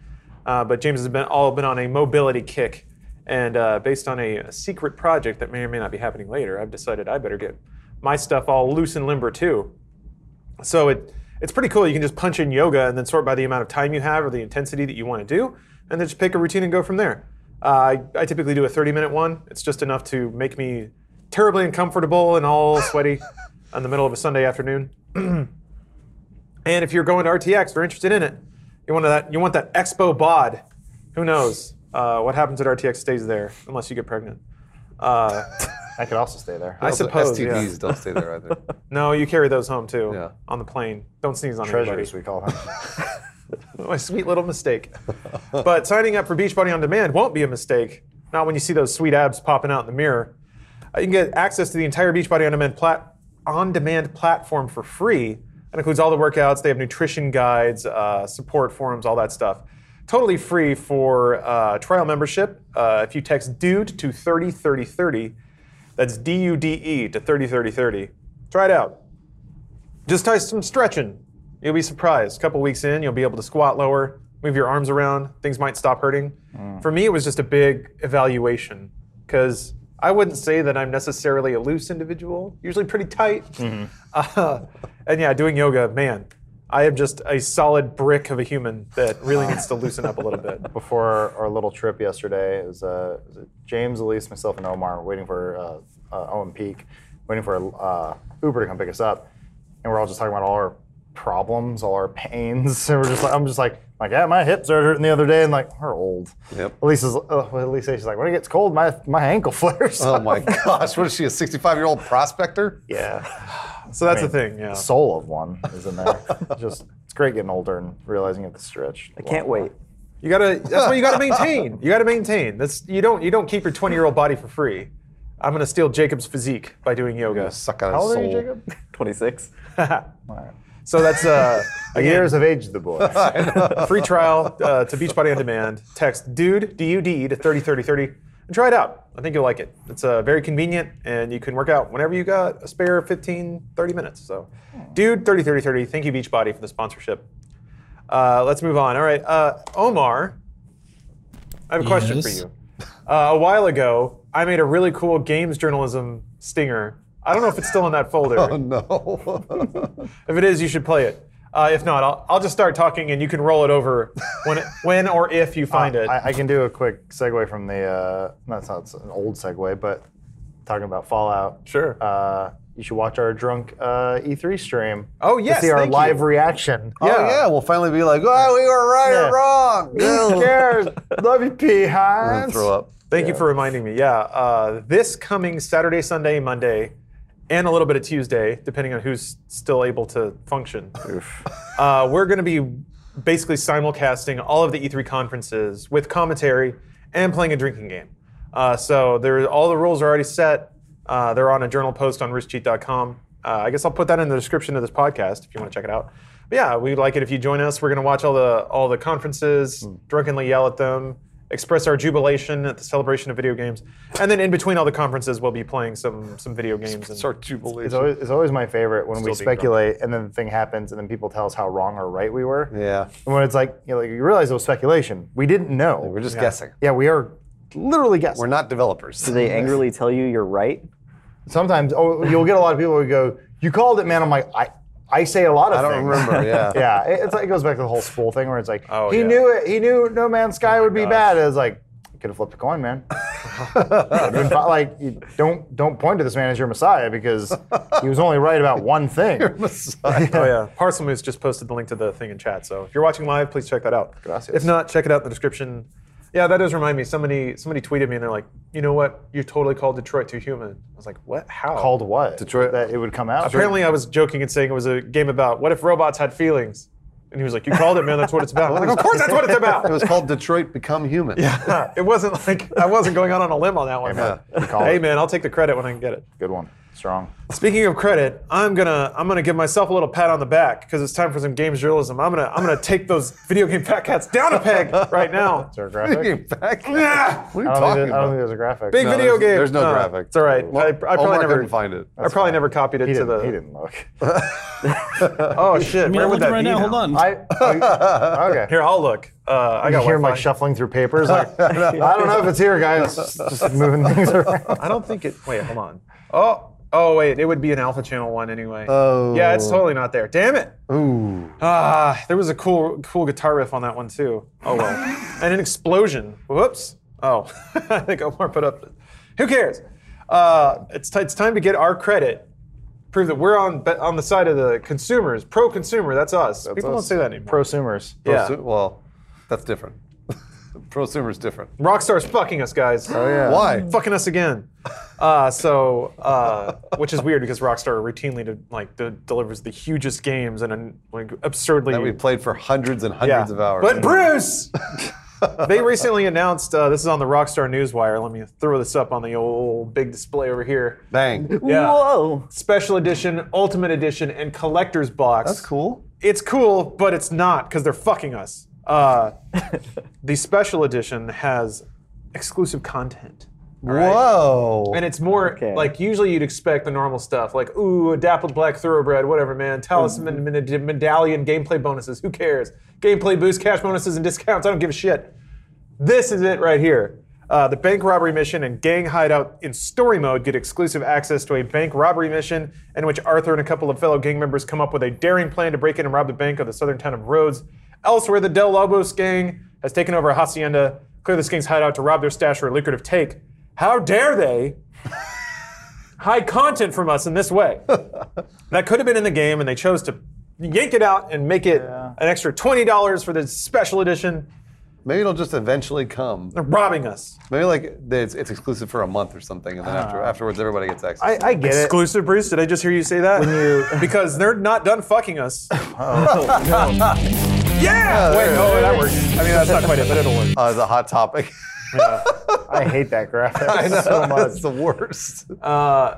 A: Uh, but James has been all been on a mobility kick, and uh, based on a, a secret project that may or may not be happening later, I've decided I better get my stuff all loose and limber too. So it it's pretty cool. You can just punch in yoga and then sort by the amount of time you have or the intensity that you want to do, and then just pick a routine and go from there. Uh, I, I typically do a 30 minute one. It's just enough to make me terribly uncomfortable and all sweaty in the middle of a Sunday afternoon. and if you're going to RTX or interested in it, you want that you want that Expo bod. Who knows uh, what happens at RTX stays there unless you get pregnant. Uh,
C: I could also stay there.
A: I
B: Also,
A: suppose. yeah.
B: STDs don't stay there either.
A: No, you carry those home too
B: Yeah.
A: on the plane. Don't sneeze on
C: Treasures,
A: anybody.
C: we call them.
A: My sweet little mistake. but signing up for Beachbody on Demand won't be a mistake. Not when you see those sweet abs popping out in the mirror. Uh, You can get access to the entire Beachbody on Demand plat- on demand platform for free. That includes all the workouts. They have nutrition guides, uh, support forums, all that stuff. Totally free for uh, trial membership. Uh, if you text DUDE to 303030, that's D U D E to 303030. Try it out. Just try some stretching. You'll be surprised. A couple weeks in, you'll be able to squat lower, move your arms around. Things might stop hurting. For me, it was just a big evaluation because I wouldn't say that I'm necessarily a loose individual. Usually pretty tight. Uh, and yeah, doing yoga, man, I am just a solid brick of a human that really needs to loosen up a little bit.
C: Before our, our little trip yesterday, it was, uh, it was James, Elise, myself, and Omar were waiting for uh, uh, Owen Peak, waiting for uh, Uber to come pick us up, and we're all just talking about all our problems, all our pains, and we're just like, I'm just like, like yeah, my hips are hurting the other day, and like we're old.
B: Yep.
C: Elise is, uh, Elise she's like, when it gets cold, my my ankle flares.
B: Oh
C: up."
B: my gosh, what is she, a 65 year old prospector?
C: Yeah.
A: So that's
C: I mean,
A: the thing. Yeah.
C: The soul of one is in there. just it's great getting older and realizing you have to stretch.
D: I can't wait.
A: You gotta. That's what you gotta maintain. You gotta maintain. That's you don't. You don't keep your 20 year old body for free. I'm gonna steal Jacob's physique by doing yoga.
B: Suck out
C: How
B: his soul.
C: old are you, Jacob?
D: 26.
A: So that's uh,
C: Years of age, the boy.
A: a free trial uh, to Beachbody on Demand. Text dude D U D E to 303030 and try it out. I think you'll like it. It's uh, very convenient and you can work out whenever you got a spare 15 30 minutes. So, dude 303030. Thank you Beachbody for the sponsorship. Uh, let's move on. All right, uh, Omar. I have a question for
E: Yes?
A: you. Uh, a while ago, I made a really cool games journalism stinger. I don't know if it's still in that folder.
B: Oh no.
A: If it is, you should play it. Uh, if not, I'll, I'll just start talking and you can roll it over when, when or if you find it.
C: I, I can do a quick segue from the. Uh, that's not an old segue, but talking about Fallout.
A: Sure.
C: Uh, you should watch our drunk uh, E3 stream.
A: Oh, yes,
C: To see our
A: thank
C: live
A: you.
C: reaction.
B: Oh, yeah. we'll finally be like, oh, we were right
C: Yeah.
B: or wrong.
C: Who cares? Love you, P.
B: Oh, We're gonna
C: Hines.
B: throw up.
A: Thank you for reminding me. Yeah, uh, this coming Saturday, Sunday, Monday, and a little bit of Tuesday, depending on who's still able to function. Uh, we're going to be basically simulcasting all of the E3 conferences with commentary and playing a drinking game. Uh, so there, all the rules are already set. Uh, they're on a journal post on roosterteeth.com. Uh, I guess I'll put that in the description of this podcast if you want to check it out. But yeah, we'd like it if you join us. We're going to watch all the all the conferences, drunkenly yell at them, express our jubilation at the celebration of video games, and then in between all the conferences, we'll be playing some some video games. And,
B: Start jubilation.
C: It's always, it's always my favorite when we
A: Still being drunk.
C: speculate and then the thing happens and then people tell us how wrong or right we were.
B: yeah.
C: And when it's like you, know, like, you realize it was speculation. We didn't know.
B: We're just guessing.
C: yeah, we are literally guessing.
B: We're not developers.
D: Do they angrily tell you you're right?
C: Sometimes oh, you'll get a lot of people who go, "You called it, man." I'm like, I, I say a lot of
B: I don't
C: things.
B: remember. Yeah.
C: yeah, it, it's like, it goes back to the whole spool thing where it's like,
A: Oh,
C: he
A: yeah. Oh
C: knew it. He knew No Man's Sky would be
A: gosh.
C: bad. It's like, could have flipped a coin, man. Could've been fi- like, you don't don't point to this man as your messiah because he was only right about one thing.
B: Messiah.
A: Oh yeah, Parcel Moose just posted the link to the thing in chat. So if you're watching live, please check that out.
C: Gracias.
A: If not, check it out in the description. Yeah, that does remind me. Somebody somebody tweeted me and they're like, you know what? You totally called Detroit too human. I was like, what? How?
C: Called what?
B: Detroit-
C: That it would come out.
A: Apparently, I was joking and saying it was a game about what if robots had feelings. And he was like, you called it, man. That's what it's about. I'm like, of course, that's what it's
B: It
A: about.
B: was called Detroit Become Human. Yeah.
A: it wasn't like I wasn't going out on a limb on that one.
B: man.
A: but-
C: You called
A: hey
C: it.
A: man, I'll take the credit when I can get it.
C: Good one. Strong.
A: Speaking of credit, I'm gonna I'm gonna give myself a little pat on the back because it's time for some games journalism. I'm gonna I'm gonna take those video game fat cats down a peg right now.
C: Is there a graphic?
A: Yeah.
B: Back. What are you
C: I don't,
B: talking
C: think there- I don't think
B: about?
C: there's a graphic.
A: Big
B: No,
A: video
B: there's-
A: game.
B: There's no
A: No,
B: graphic.
A: it's all right. I- I probably
B: Omar
A: never-
B: couldn't find it.
A: I probably never copied it
C: He
A: to
C: didn't,
A: the.
C: he didn't look.
A: Oh shit!
E: I mean,
A: Where
E: I'm
A: would
E: looking
A: that
E: right
A: be?
E: now. Hold on.
C: I, I okay.
A: Here, I'll look. Uh, I
C: I
A: got
C: hear him
A: Wi-Fi.
C: like shuffling through papers. Like, I don't know if it's here, guys. Just moving things around.
A: I don't think it. Wait, hold on. Oh, oh wait, it would be an Alpha Channel one anyway.
B: Oh.
A: Yeah, it's totally not there. Damn it.
B: Ooh.
A: Ah, there was a cool, cool guitar riff on that one too. Oh well, and an explosion. Whoops. Oh, I think Omar put up. Who cares? Uh, it's ti- it's time to get our credit. Prove that we're on be- on the side of the consumers, pro-consumer. That's us. People
C: us.
A: don't say that anymore.
C: Prosumers.
A: Yeah.
B: Well, that's different. Prosumer's different.
A: Rockstar's fucking us, guys. Oh yeah.
B: Why?
A: Fucking us again. Uh, so, uh, which is weird because Rockstar routinely de- like de- delivers the hugest games and an, like absurdly
B: We played for hundreds and
A: Yeah.
B: hundreds of hours.
A: But Bruce, they recently announced uh, this is on the Rockstar Newswire. Let me throw this up on the old big display over here.
B: Bang.
A: Yeah.
D: Whoa.
A: Special edition, ultimate edition, and collector's box.
B: That's cool.
A: It's cool, but it's not because they're fucking us. Uh, the special edition has exclusive content.
B: Whoa.
A: And it's more
D: Okay.
A: like usually you'd expect the normal stuff, like ooh, a dappled black thoroughbred, whatever, man. Talisman, med- medallion, gameplay bonuses. Who cares? Gameplay boost, cash bonuses, and discounts. I don't give a shit. This is it right here. Uh, the bank robbery mission and gang hideout in story mode get exclusive access to a bank robbery mission in which Arthur and a couple of fellow gang members come up with a daring plan to break in and rob the bank of the southern town of Rhodes. Elsewhere, the Del Lobos gang has taken over a hacienda, clear this gang's hideout to rob their stash for a lucrative take. How dare they hide content from us in this way? that could have been in the game, and they chose to yank it out and make it an extra $20 for the special edition.
B: Maybe it'll just eventually come.
A: They're robbing us.
B: Maybe like they- it's, it's exclusive for a month or something, and then after,
A: Ah.
B: afterwards everybody gets access.
C: I, I get it.
A: Exclusive, Bruce. Did I just hear you say that? because they're not done fucking us. yeah. Wait, no, that works. I mean, that's not quite it, but it'll work.
B: uh, the hot topic.
C: I hate that graphic so
B: That's
C: much.
B: the worst.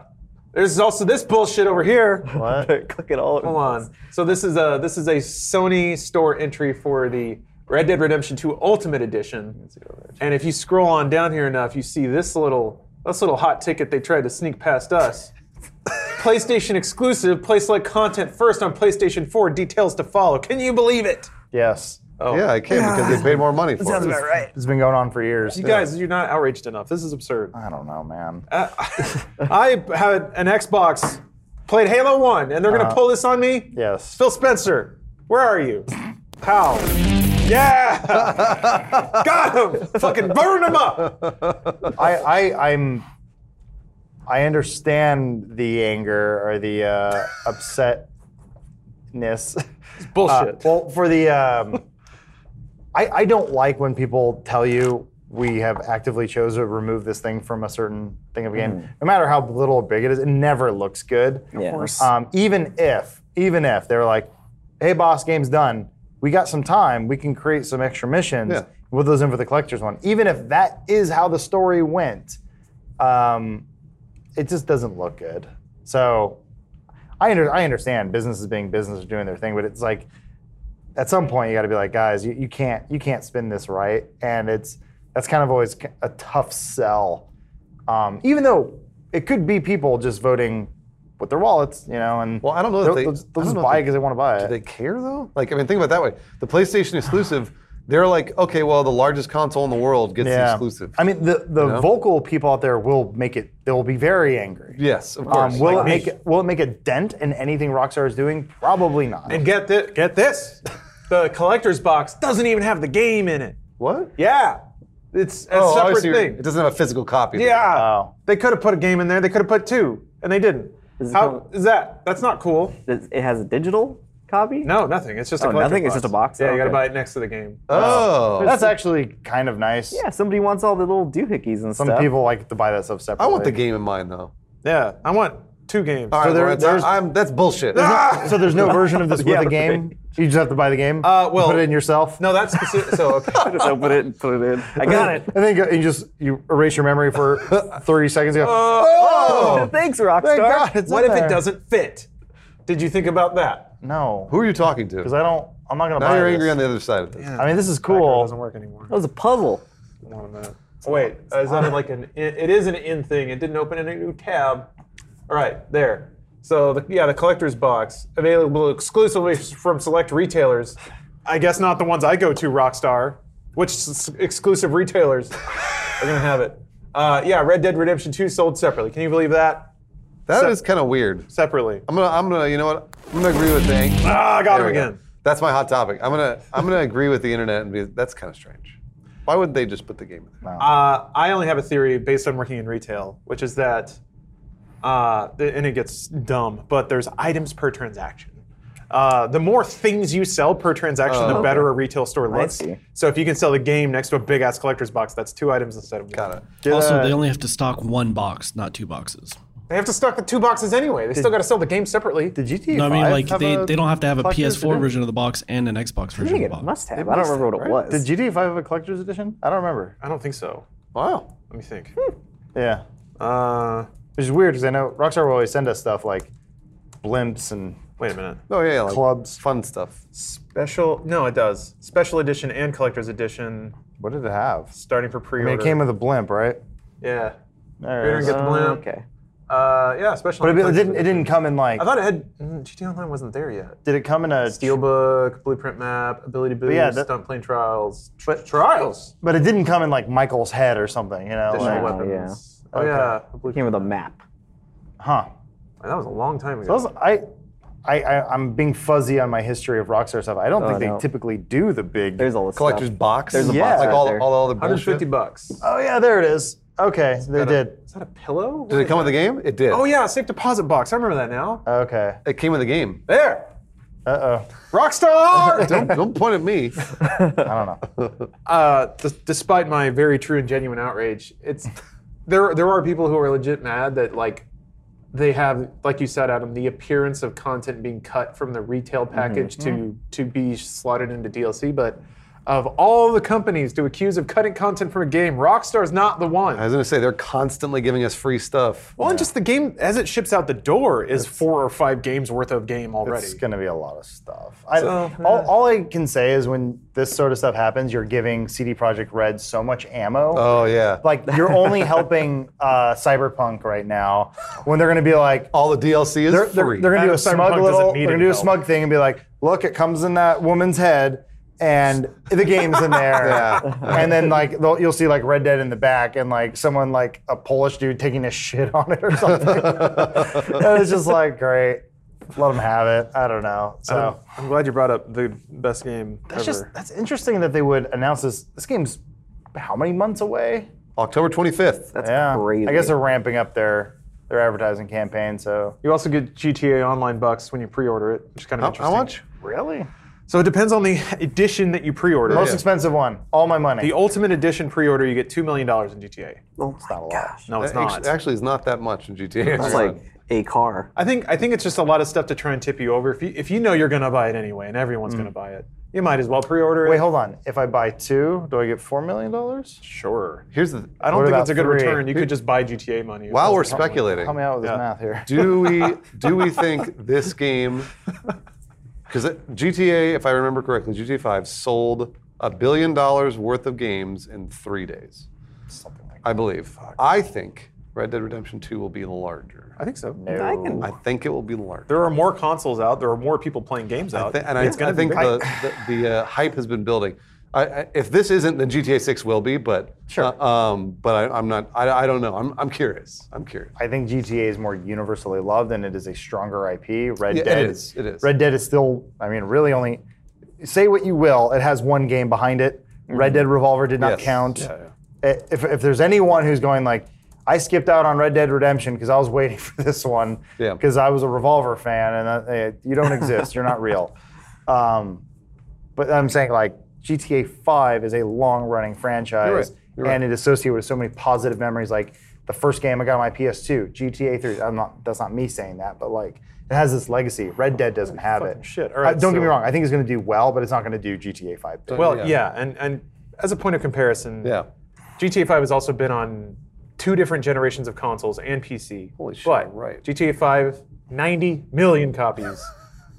A: There's also this bullshit over here.
C: What?
D: Click it all.
A: Hold on. So this is a this is a Sony store entry for the Red Dead Redemption 2 Ultimate Edition. And if you scroll on down here enough, you see this little this little hot ticket they tried to sneak past us. PlayStation exclusive, play select content first on PlayStation 4, details to follow. Can you believe it?
C: Yes.
B: Yeah, I can because they paid more money for it.
D: right.
C: It's been going on for years.
A: You guys, Uh, you're not outraged enough. This is absurd.
C: I don't know, man.
A: I had an Xbox, played Halo 1, and they're going to pull this on me?
C: yes.
A: Phil Spencer, where are you? How? Yeah! Got him! Fucking burn him up!
C: I, I I'm I understand the anger or the uh, upsetness. Uh,
A: Bullshit.
C: well, for the um, I I don't like when people tell you we have actively chose to remove this thing from a certain thing of a game, no matter how little or big it is. It never looks good.
D: Yeah. Uh,
C: Um, even if, even if they're like, "Hey, boss, game's done. We got some time. We can create some extra missions.
B: Yeah.
C: We'll do those in for the collector's one." Even if that is how the story went, um, it just doesn't look good. So, I under, I understand businesses being business doing their thing, but it's like, at some point you got to be like, guys, you, you can't you can't spin this right, and it's that's kind of always k- a tough sell. Um, even though it could be people just voting with their wallets, you know, and
B: Well, I don't know if
C: they'll,
B: they-
C: they'll just, they'll
B: I don't
C: just
B: know if
C: buy it
B: they-
C: because they want to buy
B: Do
C: it.
B: they care though? Like, I mean, think about it that way. The PlayStation exclusive, they're like, okay, well, the largest console in the world gets the exclusive.
C: I mean, the the
B: know?
C: vocal people out there will make it. They will be very angry.
B: yes, of course.
C: Um, will
B: Like
C: it make it, will it make a dent in anything Rockstar is doing? Probably not.
A: and get, thi- get this the collector's box doesn't even have the game in it.
B: what?
A: Yeah! It's a
B: Oh,
A: separate
B: obviously,
A: thing.
B: It doesn't have a physical copy.
A: Yeah!
B: Oh.
C: Wow.
A: They could have put a game in there, they could have put two, and they didn't.
D: Is it
A: How
D: called-
A: is that? That's not cool.
D: Does- It has a digital copy?
A: No, nothing. It's just a
D: Oh,
A: collector's
D: nothing? It's just a box?
A: Yeah, you
D: Oh,
A: gotta
D: okay.
A: buy it next to the game.
B: Oh,
C: That's actually kind of nice.
D: Yeah, somebody wants all the little doohickeys and
C: Some
D: stuff.
C: people like to buy that stuff separately.
B: I want the game in mind though.
A: Yeah, I want two games.
B: All right,
C: there-
B: Lawrence,
C: there's-
B: I, am that's bullshit.
C: So there's no version of this with
D: Yeah,
C: a game. You just have to buy the game.
A: Uh, well-
C: put it in yourself.
A: No, that's specific. So, okay.
D: Just open it and put it in. I got it.
C: And then you, go- you just you erase your memory for 30 seconds. You go,
B: Oh!
D: Thanks, Rockstar.
C: thank God, it's
A: what
C: in
A: if it
C: there."
A: doesn't fit? Did you think about that?
C: No,
B: Who are you talking
C: because
B: to?
C: I don't. I'm not gonna
B: Now
C: buy
B: you're
C: this.
B: angry on the other side of this.
C: I mean, this is
A: It
C: cool.
A: doesn't work anymore.
D: That was a puzzle.
A: Hold on a minute. Wait, uh, is that like an? It, it is an in thing. It didn't open in a new tab. All right, there. So the, yeah, the collector's box available exclusively from select retailers. I guess not the ones I go to, Rockstar. Which s- exclusive retailers are gonna have it? Uh, yeah, Red Dead Redemption 2 sold separately. Can you believe that?
B: That is kind of weird.
A: Separately.
B: I'm gonna, I'm gonna, you know what? I'm gonna agree with Dang.
A: Ah, I got him
B: There we go.
A: again.
B: That's my hot topic. I'm gonna, I'm gonna agree with the internet and be. That's kind of strange. Why would they just put the game in there?
A: Uh, I only have a theory based on working in retail, which is that, uh, th- and it gets dumb, but there's items per transaction. Uh, the more things you sell per transaction, the better a retail store looks.
D: see.
A: So if you can sell the game next to a big ass collector's box, that's two items instead of one.
B: Got it.
E: Also, they only have to stock one box, not two boxes.
A: They have to stock the two boxes anyway. They still got to sell the game separately.
C: Did GTA
E: No, I mean,
C: five
E: like
C: have
E: they,
C: a
E: they don't have to have a
C: collector's
E: PS4
C: edition?
E: version of the box and an Xbox
D: I
E: version
D: think it
E: of the box.
D: must have. I don't remember what it was.
C: Did GTA five have a collector's edition? I don't remember.
A: I don't think so.
B: Wow.
A: Let me think.
C: Yeah,
A: Uh,
C: which is weird because I know Rockstar will always send us stuff like blimps and
A: wait a minute.
B: Oh yeah, like
C: Clubs.
B: fun stuff.
A: Special? No, it does. Special edition and collector's edition,
C: what did it have?
A: starting for pre-order.
C: I mean, it came with a blimp, right?
A: yeah.
C: There it is.
A: Get the
D: Oh,
A: blimp.
D: okay.
A: Uh, yeah, special.
C: But it,
A: and
C: it
A: collector's
C: didn't. It
A: edition.
C: didn't come in like.
A: I thought it had mm, GTA Online wasn't there yet.
C: Did it come in a
A: Steelbook, blueprint map, ability boost,
C: yeah, that-
A: stunt plane trials, tr- trials,
C: But it didn't come in like Michael's head or something, you know?
A: additional
C: like-
D: wow,
A: weapons. Oh yeah, a blueprint.
D: Came with a map.
C: huh?
A: that was a long time ago.
C: Those, I, I, I, I'm being fuzzy on my history of Rockstar stuff. I don't think they
D: no.
C: typically do the big.
D: There's all this
B: Collector's
D: stuff.
B: box.
D: There's a
C: Yeah.
B: box. Like
C: right
B: all,
D: there.
B: all, all the bullshit.
A: 150 bucks.
C: oh yeah, there it is. Okay, they
A: Got a-
C: did.
A: Uh, Is that a pillow?
B: Did it come with the game? It did.
A: Oh yeah, safe deposit box. I remember that now.
C: Okay.
B: It came with the game.
A: There,
C: Uh oh.
A: Rockstar.
B: Don't, don't point at me.
C: I don't know.
A: uh, d- despite my very true and genuine outrage, it's there. There are people who are legit mad that like they have, like you said, Adam, the appearance of content being cut from the retail
B: Mm-hmm.
A: package to to be slotted into DLC. But of all the companies to accuse of cutting content from a game, Rockstar's not the one.
B: I was gonna say they're constantly giving us free stuff.
A: well, and just the game as it ships out the door is four or five games worth of game already.
C: It's going to be a lot of stuff. I,
A: So,
C: all, all I can say is when this sort of stuff happens, you're giving CD Projekt Red so much ammo.
B: Oh yeah.
C: like you're only helping uh, Cyberpunk right now when they're going to be like,
B: all the DLC is
C: they're,
B: free.
C: they're, they're gonna do a
A: Cyberpunk
C: smug
A: doesn't
C: little,
A: need
C: they're
A: any
C: gonna do a
A: help.
C: smug thing and be like, look, it comes in that woman's head, and the game's in there, and then like they'll- you'll see like Red Dead in the back, and like someone like a Polish dude taking a shit on it or something, and it's just like great, let them have it. I don't know. So
A: I'm- I'm glad you brought up the best game
C: that's
A: ever.
C: just that's interesting that they would announce this. This game's how many months away?
B: October 25th.
D: That's
C: Yeah,
D: crazy.
C: I guess they're ramping up their their advertising campaign. So
A: You also get GTA Online bucks when you pre-order it, which is kind of
B: how,
A: interesting.
B: how much?
C: really,
A: So it depends on the edition that you pre-order.
C: most
B: Yeah.
C: expensive one, all my money.
A: The Ultimate Edition pre-order, you get two million dollars in GTA.
D: Oh my gosh.
A: No, it's
B: Actu-
A: not.
B: Actually, it's not that much in GTA.
D: It's like a car.
A: I think I think it's just a lot of stuff to try and tip you over. If you, if you know you're going to buy it anyway, and everyone's
B: Mm.
A: going to buy it, you might as well pre-order it.
C: Wait, hold on. If I buy two, do I get four million dollars?
A: sure.
B: here's the.
A: I don't
C: What
A: think
C: about
A: that's a good
C: three?
A: return. You could just buy GTA money.
B: While we're
A: That's-
B: speculating,
C: Help me out with this math here.
B: do we do we think this game? Because GTA, if I remember correctly, GTA 5 sold a billion dollars worth of games in three days.
C: Something like
B: I believe. I think Red Dead Redemption 2 will be larger.
A: I think so.
D: I can.
B: I think it will be larger.
A: There are more consoles out. There are more people playing games out.
B: Th- and I,
A: it's
B: I
A: going to be
B: think
A: big.
B: the, the, the uh, hype has been building. I, I, if this isn't, then GTA 6 will be, but
C: Sure.
B: uh, um, but I, I'm not. I, I don't know. I'm, I'm curious. I'm curious.
C: I think GTA is more universally loved, and it is a stronger IP. Red
B: Yeah, it
C: Dead
B: is, it is.
C: Red Dead is still. I mean, really only. Say what you will, it has one game behind it. Red Dead Revolver did not
B: Mm-hmm. Yes.
C: count.
B: Yeah,
C: I- Eh, If, if there's anyone who's going like, I skipped out on Red Dead Redemption because I was waiting for this one
B: Yeah.
C: because I was a Revolver fan, and uh, eh, you don't exist. You're not real. Um, but I'm saying like GTA 5 is a long-running franchise,
B: You're right.
C: and it associated with so many positive memories. Like the first game I got on my PS2, GTA 3. I'm not. That's not me saying that, but like it has this legacy. Red Dead doesn't have
A: fucking
C: it.
A: shit. All right,
C: Uh, don't get me
A: so-
C: wrong. I think it's going to do well, but it's not going to do GTA 5. big.
A: well,
B: yeah.
A: yeah. and and as a point of comparison,
B: Yeah.
A: GTA 5 has also been on two different generations of consoles and PC.
B: Holy shit,
A: But
B: right.
A: GTA 5, 90 million copies.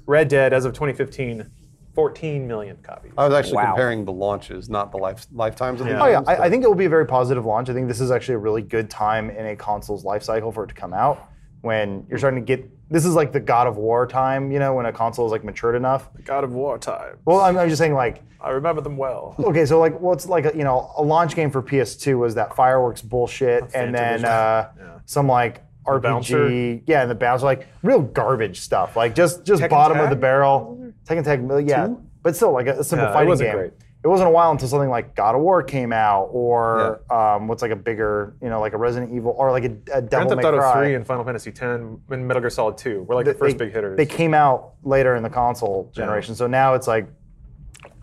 A: Red Dead, as of 2015, 14 million copies.
B: I was actually
D: Wow.
B: comparing the launches, not the life, lifetimes of the
A: Yeah.
C: Oh yeah,
B: games, but-
C: I, I think it will be a very positive launch. I think this is actually a really good time in a console's life cycle for it to come out when you're starting to get. This is like the God of War time, you know, when a console is like matured enough.
A: God of War time.
C: Well, I'm, I'm just saying like,
A: I remember them well.
C: okay, so like, what's like a, you know a launch game for PS2 was that fireworks bullshit, and then uh, some like RPG,
A: Bouncer.
C: yeah, and the bouncer, like real garbage stuff, like just just bottom of
A: Tag?
C: the barrel. Tekken Tag, yeah, but still like a, a simple
A: Yeah, it
C: fighting
A: wasn't
C: game.
A: great.
C: it wasn't a while until something like God of War came out, or um, what's like a bigger, you know, like a Resident Evil, or like a, a
F: Grand
C: Devil May
F: Theft Auto
C: Cry.
F: 3 and Final Fantasy 10 and Metal Gear Solid 2 were like the, first
C: they,
F: big hitters.
C: They came out later in the console generation, so now it's like,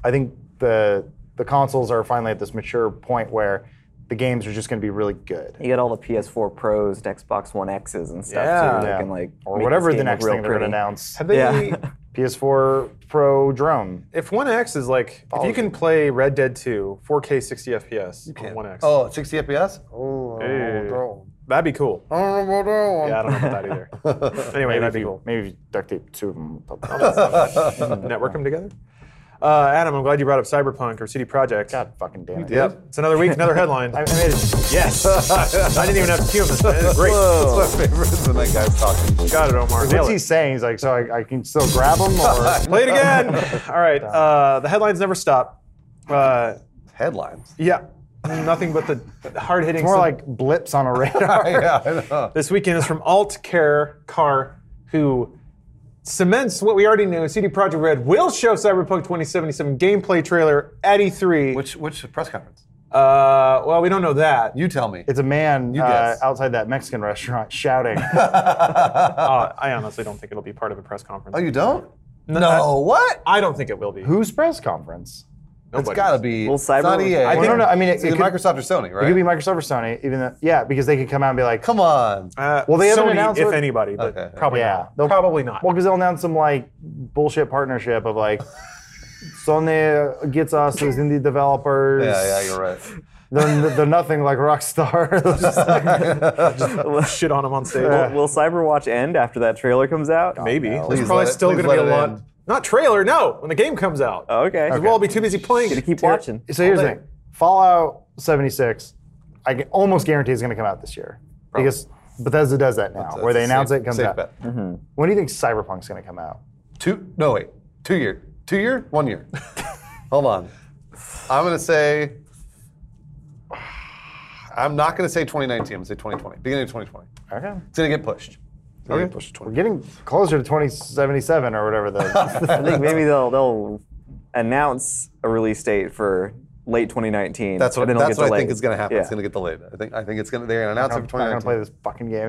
C: I think the the consoles are finally at this mature point where the games are just going to be really good.
D: You got all the PS4 Pros and Xbox One X's and stuff
F: Yeah.
D: too. That
C: Yeah.
D: can like
C: or
D: make
C: whatever
D: this
C: the
D: game look
C: next
D: real
C: thing they're going to
D: pretty.
C: announce.
F: Have they?
D: Yeah.
C: PS4 Pro drone.
F: If One X is like, if you can play Red Dead 2 4K 60 FPS on One X,
B: Oh, 60 FPS? Oh,
F: Hey.
B: bro.
F: that'd be cool.
B: Oh. I don't know about that one.
F: Yeah, I don't know about that either. anyway, that'd be cool.
C: Maybe if you duct tape two of them. on top of each other.
F: Network them together. Uh, Adam, I'm glad you brought up Cyberpunk or CD Projekt.
C: God fucking damn it.
B: Yep.
F: It's another week, another headline.
C: I, I made it.
F: yes. I didn't even have to cue him. This is great.
B: That's my favorite is when that guy's talking.
F: Got it, Omar. Nail
C: What's he
F: it.
C: saying? He's like, so I, I can still grab them or
F: Play it again. All right. Uh, the headlines never stop. Uh,
B: Headlines.
F: yeah. Nothing but the hard hitting.
C: more like blips on a radar.
B: yeah, I know.
F: This weekend is from Alt Care Carr, who cements what we already knew. CD Projekt Red will show Cyberpunk 2077 gameplay trailer at E3.
B: Which, which press conference?
F: uh, well, we don't know that.
B: You tell me.
C: It's a man uh,
B: guess.
C: outside that Mexican restaurant shouting.
F: Uh, I honestly don't think it'll be part of a press conference.
B: oh, you don't? No.
F: I-
B: what?
F: I don't think it will be.
C: Whose press conference?
F: Nobody.
B: It's got to be.
D: Well,
B: it's not
D: Cyber-
B: EA.
D: I
B: Well,
C: think- no, no, I mean, it-
B: it's
C: it
B: either
C: could-
B: Microsoft or Sony,
C: It
B: right?
C: could be Microsoft or Sony, even though, yeah, because they could come out and be like,
B: Come on.
F: Uh,
C: Well, they haven't
F: Sony,
C: announced
F: if
C: what-
F: anybody, but
B: Okay.
F: probably
C: Yeah.
F: not.
C: They'll-
F: probably not.
C: well, because they'll announce some like bullshit partnership of like, Sony gets us as indie developers.
B: yeah, yeah, you're right.
C: They're, they're nothing like Rockstar. They're just like-
F: shit on them on stage.
D: Will, will Cyberwatch end after that trailer comes out?
F: Maybe.
B: Please
F: There's probably
B: let it-
F: still
B: please
F: going to be
B: let it
F: a lot.
B: end.
F: Not trailer, no. When the game comes out.
D: Oh, okay.
F: 'Cause We'll all be too busy playing
D: Gonna
F: it.
D: keep watching.
C: So here's the
F: All day.
C: thing: Fallout 76, I can almost guarantee is going to come out this year because Bethesda does that now, where they
B: It's a
C: announce
B: safe-
C: it, it comes
B: safe
C: out.
B: bet.
C: When do you think Cyberpunk's going to come out?
B: Two? No, wait. Two year. Two year? One year. Hold on. I'm gonna say. I'm not gonna say 2019. I'm gonna say 2020. Beginning of 2020.
C: Okay,
B: It's gonna get pushed. It's gonna get pushed. to
C: we're
B: 20.
C: getting closer to 2077 or whatever the.
D: I think maybe they'll they'll announce a release date for late 2019.
B: That's what.
D: and then it'll
B: That's
D: get
B: what I
D: delayed.
B: think is gonna happen. It's
D: Yeah.
B: gonna get delayed. I think. I think it's gonna. They're gonna announce
C: I'm
B: it
C: not
B: for
C: going to
B: 2019.
C: play this fucking game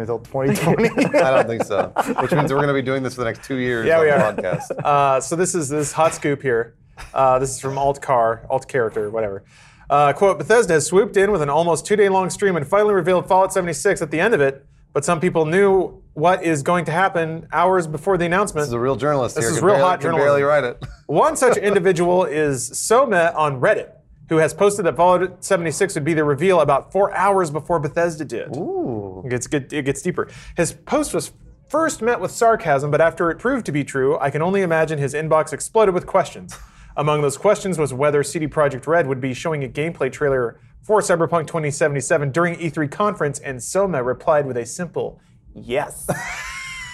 C: until 2020.
B: I don't think so. Which means we're gonna be doing this for the next two years
F: Yeah,
B: on
F: we
B: the
F: are.
B: podcast.
F: Uh, so this is this is hot scoop here. Uh, this is from alt car, alt character, whatever. Uh, quote: Bethesda has swooped in with an almost two-day-long stream and finally revealed Fallout 76 at the end of it. But some people knew what is going to happen hours before the announcement.
B: This is a real journalist
F: This
B: here.
F: is
B: can
F: real
B: barely,
F: hot
B: can barely
F: journalism.
B: write it.
F: One such individual is Soma on Reddit, who has posted that Fallout 76 would be the reveal about four hours before Bethesda did. Ooh. It gets, good- it gets deeper. His post was first met with sarcasm, but after it proved to be true, I can only imagine his inbox exploded with questions. Among those questions was whether CD Projekt Red would be showing a gameplay trailer for Cyberpunk 2077 during E3 conference, and Soma replied with a simple
D: Yes.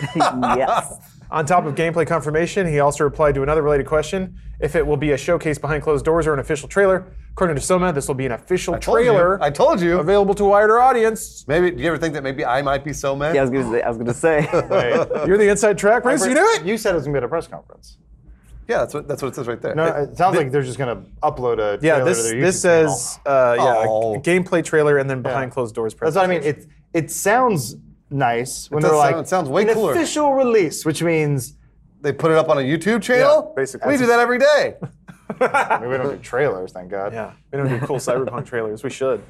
D: yes.
F: on top of gameplay confirmation, he also replied to another related question if it will be a showcase behind closed doors or an official trailer. According to Soma, this will be an official
B: Told you.
F: trailer
B: I told you.
F: available to a wider audience.
B: Maybe. Do you ever think that maybe I might be so mad?
D: Yeah, I was gonna say. I was gonna say.
F: You're the inside track, Prince. You knew it.
C: You said it was going to be at a press conference.
B: Yeah, that's what. That's what it says right there.
C: No, it sounds like they're just going to upload a.
F: Yeah,
C: trailer
F: this
C: to their
F: this
C: YouTube channel.
F: says uh, yeah
B: Oh.
F: a gameplay trailer and then behind closed doors.
C: That's what I mean. It it sounds nice when
B: does
C: they're like
B: sound- it sounds way
C: an
B: cooler."
C: official release, which means
B: They put it up on a YouTube channel.
F: basically.
B: we do that every day.
C: I mean, we don't do trailers, thank God.
F: yeah, we don't do cool Cyberpunk trailers. We should.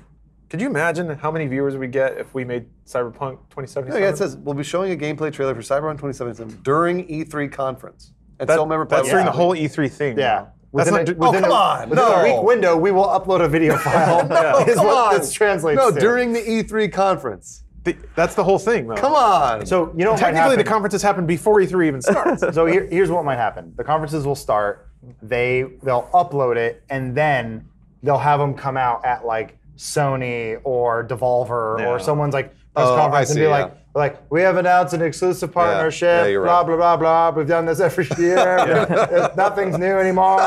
F: Could you imagine how many viewers we get if we made Cyberpunk 2077?
B: Yeah, it says we'll be showing a gameplay trailer for Cyberpunk 2077 during E3 conference. And
F: That-
B: so member
F: that's during the
B: replied,
F: whole E3 thing.
C: Yeah.
F: That's
C: Within
F: not,
C: a-
F: do-
B: Oh,
C: E within
B: come
C: a-
B: on.
C: Within
B: no.
C: a week window, we will upload a video file.
B: No,
C: is
B: come
C: what
B: on.
C: this translates
B: No,
C: to.
B: during the E3 conference.
F: the- that's the whole thing, though.
B: Come on.
C: So you know, what might
F: Technically, the
C: happen?
F: conferences happen before E3 even starts.
C: So here, here's what might happen: the conferences will start. They they'll upload it, and then they'll have them come out at like Sony or Devolver
F: Yeah.
C: or someone's like press
B: Oh,
C: conference
B: I
C: and
B: see,
C: be
B: yeah.
C: like, like we have announced an exclusive partnership.
B: Yeah, you're
C: blah
B: right.
C: blah blah blah. We've done this every year. Nothing's new anymore.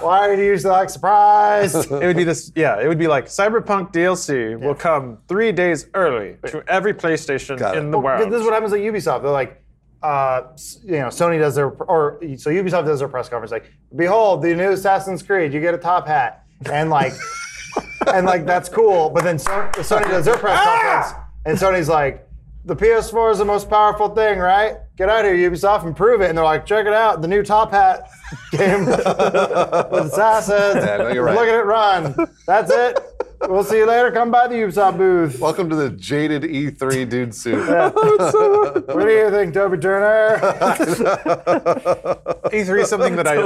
C: Why do you still like surprise?
F: it would be this, yeah. It would be like Cyberpunk DLC will come three days early to every PlayStation
B: Got it.
F: in the
C: Well,
F: world.
C: This is what happens at Ubisoft. They're like, uh, s- you know, Sony does their or so Ubisoft does their press conference like, behold, the new Assassin's Creed. You get a top hat, and like, and like that's cool. But then so- Sony does their press
F: Ah!
C: conference, and Sony's like, the PS4 is the most powerful thing, right? Get out here, Ubisoft, and prove it. And they're like, check it out, the new top hat game with assassins.
B: Yeah, no, you're right.
C: Look at it run. That's it. We'll see you later. Come by the Ubisoft booth.
B: Welcome to the jaded E3 dude suit.
C: What do you think, Toby Turner?
F: E3 E is something that I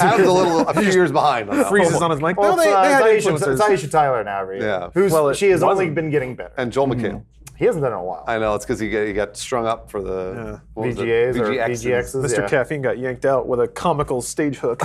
B: Adam's a little, a few years behind. On that
F: freezes
B: one.
F: on his link.
C: Well,
F: No, they,
C: it's, uh,
F: they had
C: it's Aisha, it's
F: influencers.
C: Aisha Tyler now, right?
B: Yeah.
C: Who's,
F: Well, it
C: she has only
F: wasn't.
C: been getting better.
B: And Joel McHale.
C: he hasn't done it in a while.
B: I know it's because he got, he got strung up for the what was it?
C: VGAs or
B: VGXs.
C: VGXs.
F: Mr.
C: yeah.
F: Caffeine got yanked out with a comical stage hook.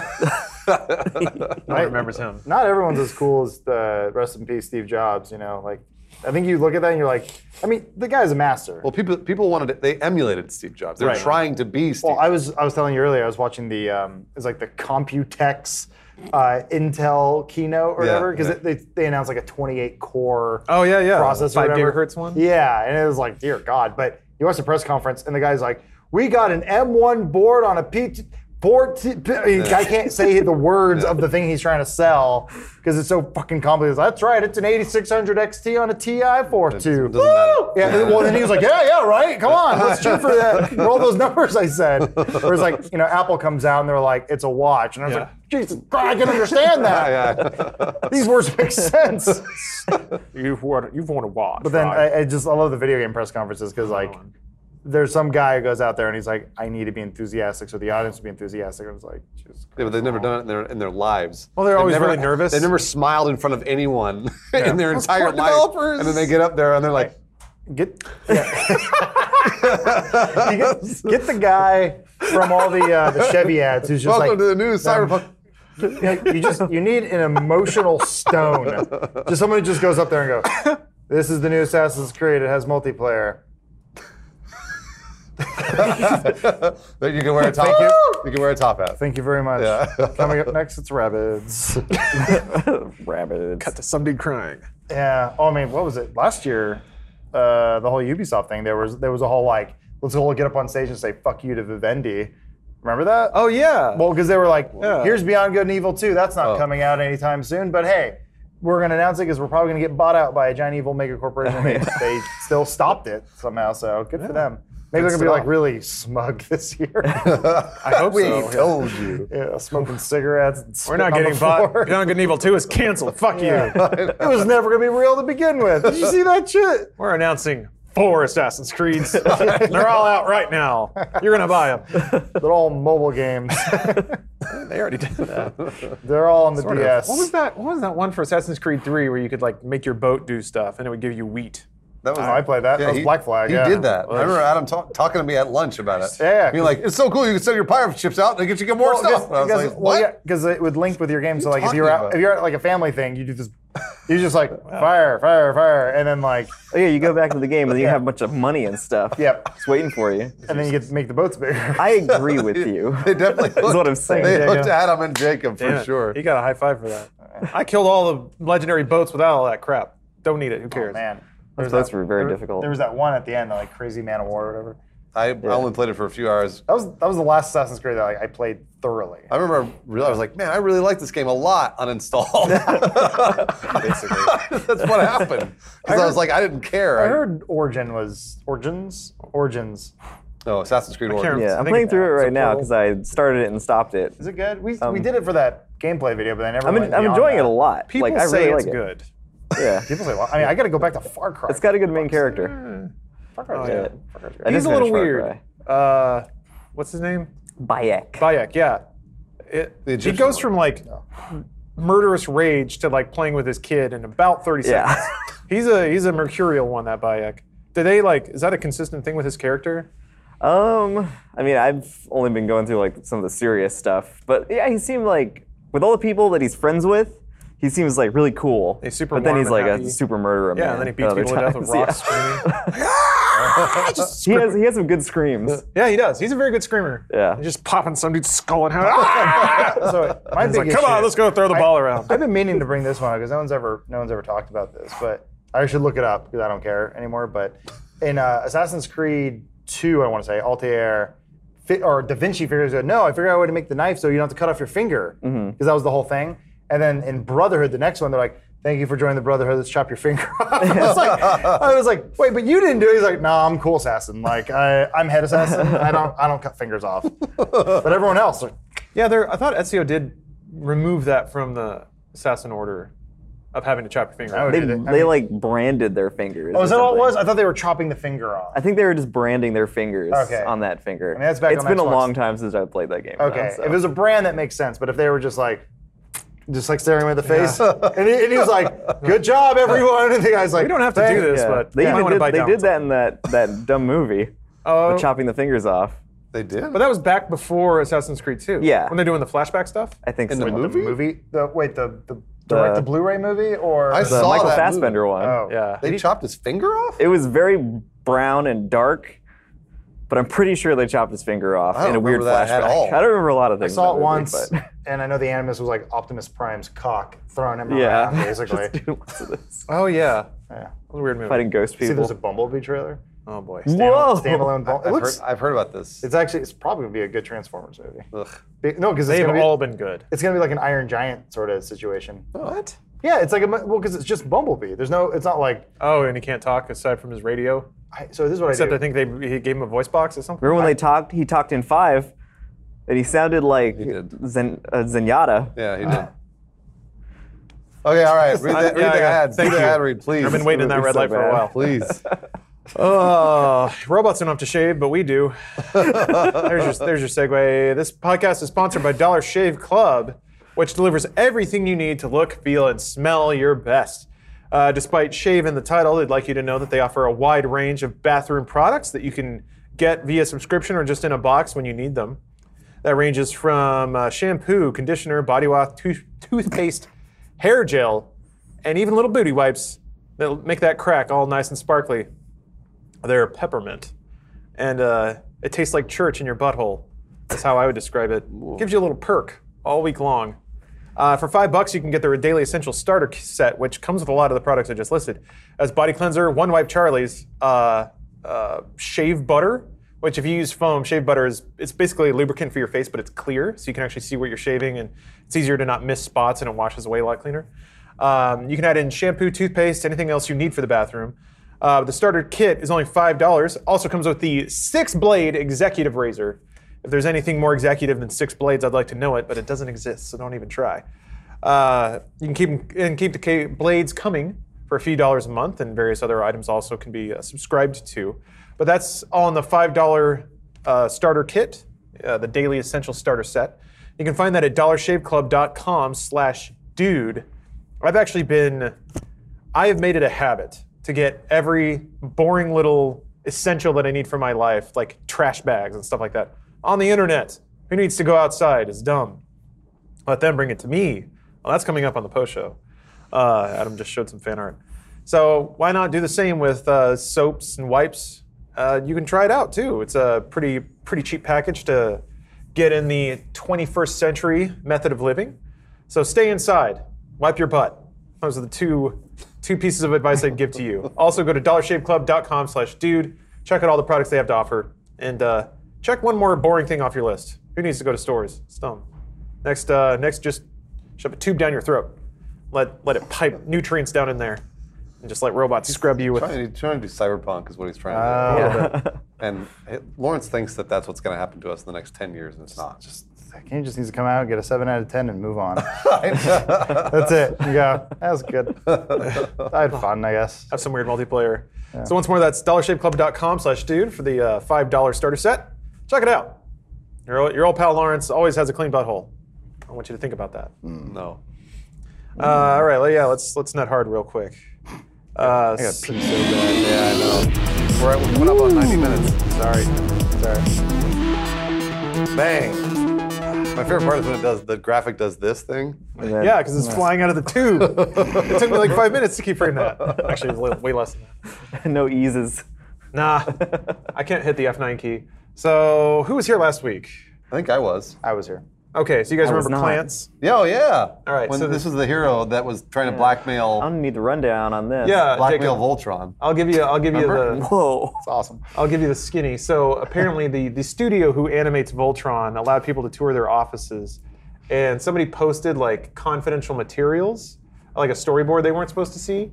F: no one
C: Right.
F: remembers him.
C: Not everyone's as cool as the rest in peace Steve Jobs, you know? Like, I think you look at that and you're like, I mean, the guy's a master.
B: Well, people people wanted to, they emulated Steve Jobs. They're
C: Right.
B: trying to be Steve.
C: Well, I was I was telling you earlier, I was watching the um, it's like the Computex uh, Intel keynote or
B: Yeah,
C: whatever because
B: yeah.
C: they, they announced like a 28 core
F: Oh, yeah, yeah.
C: processor,
F: Five
C: whatever.
F: gigahertz one?
C: Yeah, and it was like, dear God. But you watch the press conference, and the guy's like, "We got an M1 board on a P." 14, I can't say the words of the thing he's trying to sell because it's so fucking complicated. That's right, it's an 8600 XT on a TI 42.
B: doesn't matter.
C: Yeah, and- well, then he was like, yeah, yeah, right. Come on, let's shoot for that. Roll those numbers, I said. Or it's like, you know, Apple comes out and they're like, it's a watch. And I was
F: Yeah.
C: like, Jesus, I can understand that. These words make sense.
F: You've won, you've won a watch.
C: But then
F: right?
C: I, I just, I love the video game press conferences because, like, there's some guy who goes out there and he's like, I need to be enthusiastic. So the audience will be enthusiastic. And it's like, Jesus
B: Yeah, but they've never done it in their in their lives.
F: Well, they're
B: They've
F: always
B: never-
F: really nervous.
B: They never smiled in front of anyone in their entire
F: poor
B: life.
F: developers.
B: And then they get up there and they're like,
C: get yeah. You get, get the guy from all the uh, the Chevy ads who's just
B: "Welcome
C: like
B: to the new cyberpunk."
C: you, know, you just you need an emotional stone. Just someone who just goes up there and goes, "This is the new Assassin's Creed. It has multiplayer."
B: That you can wear a top. hat. You can wear a top hat.
C: Thank you very much.
B: Yeah.
C: Coming up next, it's Rabbids.
D: Rabbits.
F: To some dude crying.
C: yeah. Oh, I mean, what was it last year? Uh, the whole Ubisoft thing. There was there was a whole like, let's all get up on stage and say "fuck you" to Vivendi. Remember that?
F: Oh, yeah.
C: Well, because they were like,
F: Yeah.
C: here's Beyond Good and Evil 2. That's not
B: Oh.
C: coming out anytime soon, but hey, we're going to announce it because we're probably going to get bought out by a giant evil mega corporation. And they, they still stopped it somehow, so good for them. Maybe they're going to be
B: it
C: like
B: off.
C: really smug this year.
F: I hope
B: we
F: so.
B: told you.
C: yeah, smoking cigarettes. And
F: We're not getting bought. Beyond Good and Evil 2 is canceled. Fuck you.
C: it was never going to be real to begin with. Did you see that shit?
F: We're announcing four Assassin's Creeds. They're all out right now. You're gonna buy them.
C: They're all mobile games.
F: They already did that.
C: They're all on the DS.
F: What was that? What was that one for Assassin's Creed 3 where you could like make your boat do stuff and it would give you wheat?
B: That was.
C: Oh, I played that. That was
B: he-
C: Black Flag,
B: He
C: yeah.
B: did that. I remember Adam talk, talking to me at lunch about it.
C: Yeah.
B: Being like, "It's so cool. You can send your pirate ships out and get you get more
C: Well,
B: stuff."
C: 'cause-
B: And I was
C: because-
B: like,
C: well,
B: "What?"
C: yeah, because it would link with your game. So like, if
B: talking
C: you're out,
B: about?
C: if you're at like a family thing, you do this. You just like fire, fire, fire, and then like,
D: Oh, yeah, you go back to the game and then you
C: Yeah.
D: have a bunch of money and stuff.
C: yep,
D: It's waiting for you.
C: and then you get to make the boats bigger.
D: I agree with you.
B: They definitely. That's
D: what I'm saying,
B: They
C: Jacob.
B: hooked Adam and Jacob for
F: Damn it.
B: sure.
F: He got a high five for that. I killed all the legendary boats without all that crap. Don't need it. Who
B: Oh,
F: cares?
C: Man,
D: Those boats were very
C: there-
D: difficult.
C: There was that one at the end, that like Crazy Man of War or whatever.
B: I, I only played it for a few hours.
C: That was that was the last Assassin's Creed that like, I played thoroughly.
B: I remember I realized, I was like, man, I really like this game a lot uninstalled. Basically. That's what happened. Because I, was like, I didn't care.
C: I heard Origin was Origins, Origins.
B: no, Oh, Assassin's Creed
F: can't
B: Origins.
F: remember.
D: yeah,
F: I
D: I'm
F: think
D: playing through it
F: it's a
D: right now
F: total-
D: because I started it and stopped it.
C: Is it good? We we
D: Um,
C: did it for that gameplay video, but I never.
D: I'm,
C: went
D: en- I'm
C: beyond
D: enjoying
C: that.
D: it a lot.
F: People
D: like I
F: say
D: really
F: it's
D: like
F: good.
D: it. Yeah,
C: People say, well, I mean, I got to go back to Far Cry.
D: it's got a good main character.
C: Far Cry.
F: Oh,
C: was
F: yeah.
C: good. Far Cry was good.
D: I
F: He's
D: did
F: a little
D: finish Far
F: weird. Uh, what's his name?
D: Bayek.
F: Bayek. Yeah. It,
B: The
F: he
B: Egyptian
F: goes
B: one.
F: from like murderous rage to like playing with his kid in about 30
D: Yeah.
F: seconds. He's a he's a mercurial one that Bayek. Do they like is that a consistent thing with his character?
D: Um, I mean, I've only been going through like some of the serious stuff, but yeah, he seemed like with all the people that he's friends with, he seems like really cool.
F: He's super
D: but then
F: warm
D: he's
F: and
D: like
F: happy.
D: a super murderer.
F: Yeah,
D: man
F: and then he
D: at
F: beats
D: other
F: people to death
D: times.
F: with rocks.
D: Yeah.
F: screaming.
D: he has he has some good screams.
F: Yeah, he does. He's a very good screamer.
D: Yeah.
F: He's just popping some dude's skull and how
C: So my
F: He's like,
C: big
F: come
C: issue-
F: on, let's go throw the
C: I-
F: ball around.
C: I've been meaning to bring this one up because no one's ever no one's ever talked about this, but I should look it up because I don't care anymore. But in uh, Assassin's Creed two, I want to say, Altair fi- or Da Vinci figures out, no, I figured out a way to make the knife so you don't have to cut off your finger. Because
F: Mm-hmm.
C: that was the whole thing. And then in Brotherhood, the next one, they're like, thank you for joining the Brotherhood, let's chop your finger off. I, was like, I was like, wait, but you didn't do it. He's like, no, nah, I'm cool assassin. Like, I, I'm head assassin. I don't, I don't cut fingers off. but everyone else, like,
F: Yeah, there. I thought Ezio did remove that from the assassin order of having to chop your finger.
C: would-
F: off.
D: They,
C: I
D: they
C: mean-
D: like branded their fingers.
C: oh, is
D: or
C: that all it
D: something.
C: was? I thought they were chopping the finger off.
D: I think they were just branding their fingers
C: Okay.
D: on that finger.
C: mean, that's back
D: It's
C: on
D: been a
C: Xbox.
D: long time since I've played that game. now,
C: Okay,
D: so.
C: if it was a brand, that makes sense. But if they were just like, just like staring me in the face, and, he, and he was like, "Good job, everyone," and the guy's like,
F: we don't have to
C: "Thank-"
F: do this,
D: Yeah.
F: but
D: they
F: you might
D: even
F: want to
D: did,
F: bite
D: they
F: down
D: did
F: on
D: that in that, that dumb movie,
F: something.
D: with
F: Uh,
D: chopping the fingers off.
B: They did.
F: but that was back before Assassin's Creed 2.
D: Yeah.
F: When they're doing the flashback stuff.
D: I think
B: In
D: so.
B: the
C: The
B: movie?
C: movie, the wait, the the direct the Blu-ray movie, or
B: I
C: the-
B: saw
D: Michael
B: that
D: Fassbender one.
C: Oh,
F: Yeah.
B: Movie. They chopped his finger off.
D: It was very brown and dark, but I'm pretty sure they chopped his finger off
B: I don't
D: in a weird
B: remember that
D: flashback.
B: at all.
D: I don't remember a lot of
C: I
D: things.
C: saw
D: in
C: it
D: that
C: once,
D: movie, but-
C: and I know the animus was like Optimus Prime's cock thrown him
D: yeah,
C: around, basically.
D: Just do lots of this.
F: Oh, yeah.
C: yeah.
F: That was a weird movie.
D: Fighting ghost
C: See,
D: people.
C: there's a Bumblebee trailer.
F: Oh, boy.
D: Whoa!
C: Standalone.
B: I-
C: Bumble- it
B: I've,
C: looks.
B: heard, I've heard about this.
C: It's actually. It's probably gonna be a good Transformers movie.
B: Ugh.
C: Be- No, because it's
F: They've
C: gonna be.
F: all been good.
C: it's gonna be like an Iron Giant sort of situation.
B: What?
C: Yeah, it's like a mu- well, because it's just Bumblebee. There's no. It's not like.
F: Oh, and he can't talk aside from his radio.
C: I, so this is what
F: Except
C: I
F: I
C: do.
F: think they he gave him a voice box or something.
D: Remember when they talked? He talked in five, and he sounded like
B: did.
D: Zen, uh, Zenyatta.
B: Yeah, he did. Okay, all right. Read the, read
F: yeah,
B: the
F: yeah.
B: ad.
F: Thank
B: read
F: you.
B: the ad read, please.
F: I've been waiting in that red
D: so
F: light for a
D: bad.
F: while.
B: Please.
F: Oh, robots don't have to shave, but we do. there's, your, there's your segue. This podcast is sponsored by Dollar Shave Club, which delivers everything you need to look, feel, and smell your best. Uh, despite shave in the title, they'd like you to know that they offer a wide range of bathroom products that you can get via subscription or just in a box when you need them. That ranges from uh, shampoo, conditioner, body wash, tooth- toothpaste, hair gel, and even little booty wipes that'll make that crack all nice and sparkly. They're peppermint, and uh, it tastes like church in your butthole. That's how I would describe it. Gives you a little perk all week long. Uh, for five bucks, you can get their daily essential starter k- set, which comes with a lot of the products I just listed, as body cleanser, one wipe Charlie's, uh, uh, shave butter. Which, if you use foam, shave butter is it's basically a lubricant for your face, but it's clear, so you can actually see where you're shaving, and it's easier to not miss spots, and it washes away a lot cleaner. Um, you can add in shampoo, toothpaste, anything else you need for the bathroom. Uh, the starter kit is only five dollars. Also comes with the six-blade executive razor. If there's anything more executive than six blades, I'd like to know it, but it doesn't exist, so don't even try. Uh, you can keep and keep the ca- blades coming for a few dollars a month, and various other items also can be uh, subscribed to. But that's all in the five dollar uh, starter kit, uh, the daily essential starter set. You can find that at dollarshaveclub.com/dude. I've actually been I have made it a habit to get every boring little essential that I need for my life, like trash bags and stuff like that, on the internet. Who needs to go outside is dumb. Let them bring it to me. Well, that's coming up on the post show. Uh, Adam just showed some fan art. So why not do the same with uh, soaps and wipes? Uh, you can try it out too. It's a pretty pretty cheap package to get in the 21st century method of living. So stay inside. Wipe your butt. Those are the two two pieces of advice I'd give to you. Also, go to dollarshaveclub.com/dude. Check out all the products they have to offer, and uh, check one more boring thing off your list. Who needs to go to stores? It's dumb. Next, uh, next, just shove a tube down your throat. Let let it pipe nutrients down in there, and just let robots scrub you with.
B: trying, he's trying to do cyberpunk is what he's trying to do.
D: Uh,
B: And it, Lawrence thinks that that's what's going to happen to us in the next 10 years, and it's not. Just
C: Kane just needs to come out, get a seven out of ten, and move on.
B: I
C: That's it. You go. That was good. I had fun, I guess.
F: have some weird multiplayer. So once more, that's dollarshaveclub.com slash dude for the uh, $5 starter set. Check it out. Your, old- your old pal Lawrence always has a clean butthole. I want you to think about that.
B: no.
F: Uh, all right, well, yeah, let's let's nut hard real quick. Uh,
C: I got
F: s-
C: pee so
B: Yeah,
C: bad.
B: I know. We're at, we went up on 90 minutes.
C: Sorry. Sorry.
B: Bang. My favorite part is when it does the graphic does this thing.
D: And then-
F: yeah, because it's flying out of the tube. it took me like five minutes to keep hearing that. Actually, it was li- way less than that.
D: no eases.
F: Nah, I can't hit the F9 key. So who was here last week?
B: I think I was.
C: I was here.
F: Okay, so you guys
D: I was not.
F: remember Plants?
B: Yeah, oh, yeah.
F: All right,
B: When
F: so
B: this was the hero that was trying to blackmail
D: I don't need the rundown on this.
F: Yeah, Jacob.
B: blackmail Voltron.
F: I'll give you. I'll give you
B: Remember?
F: the.
D: Whoa.
C: It's awesome.
F: I'll give you the skinny. So apparently, the the studio who animates Voltron allowed people to tour their offices, and somebody posted like confidential materials, like a storyboard they weren't supposed to see,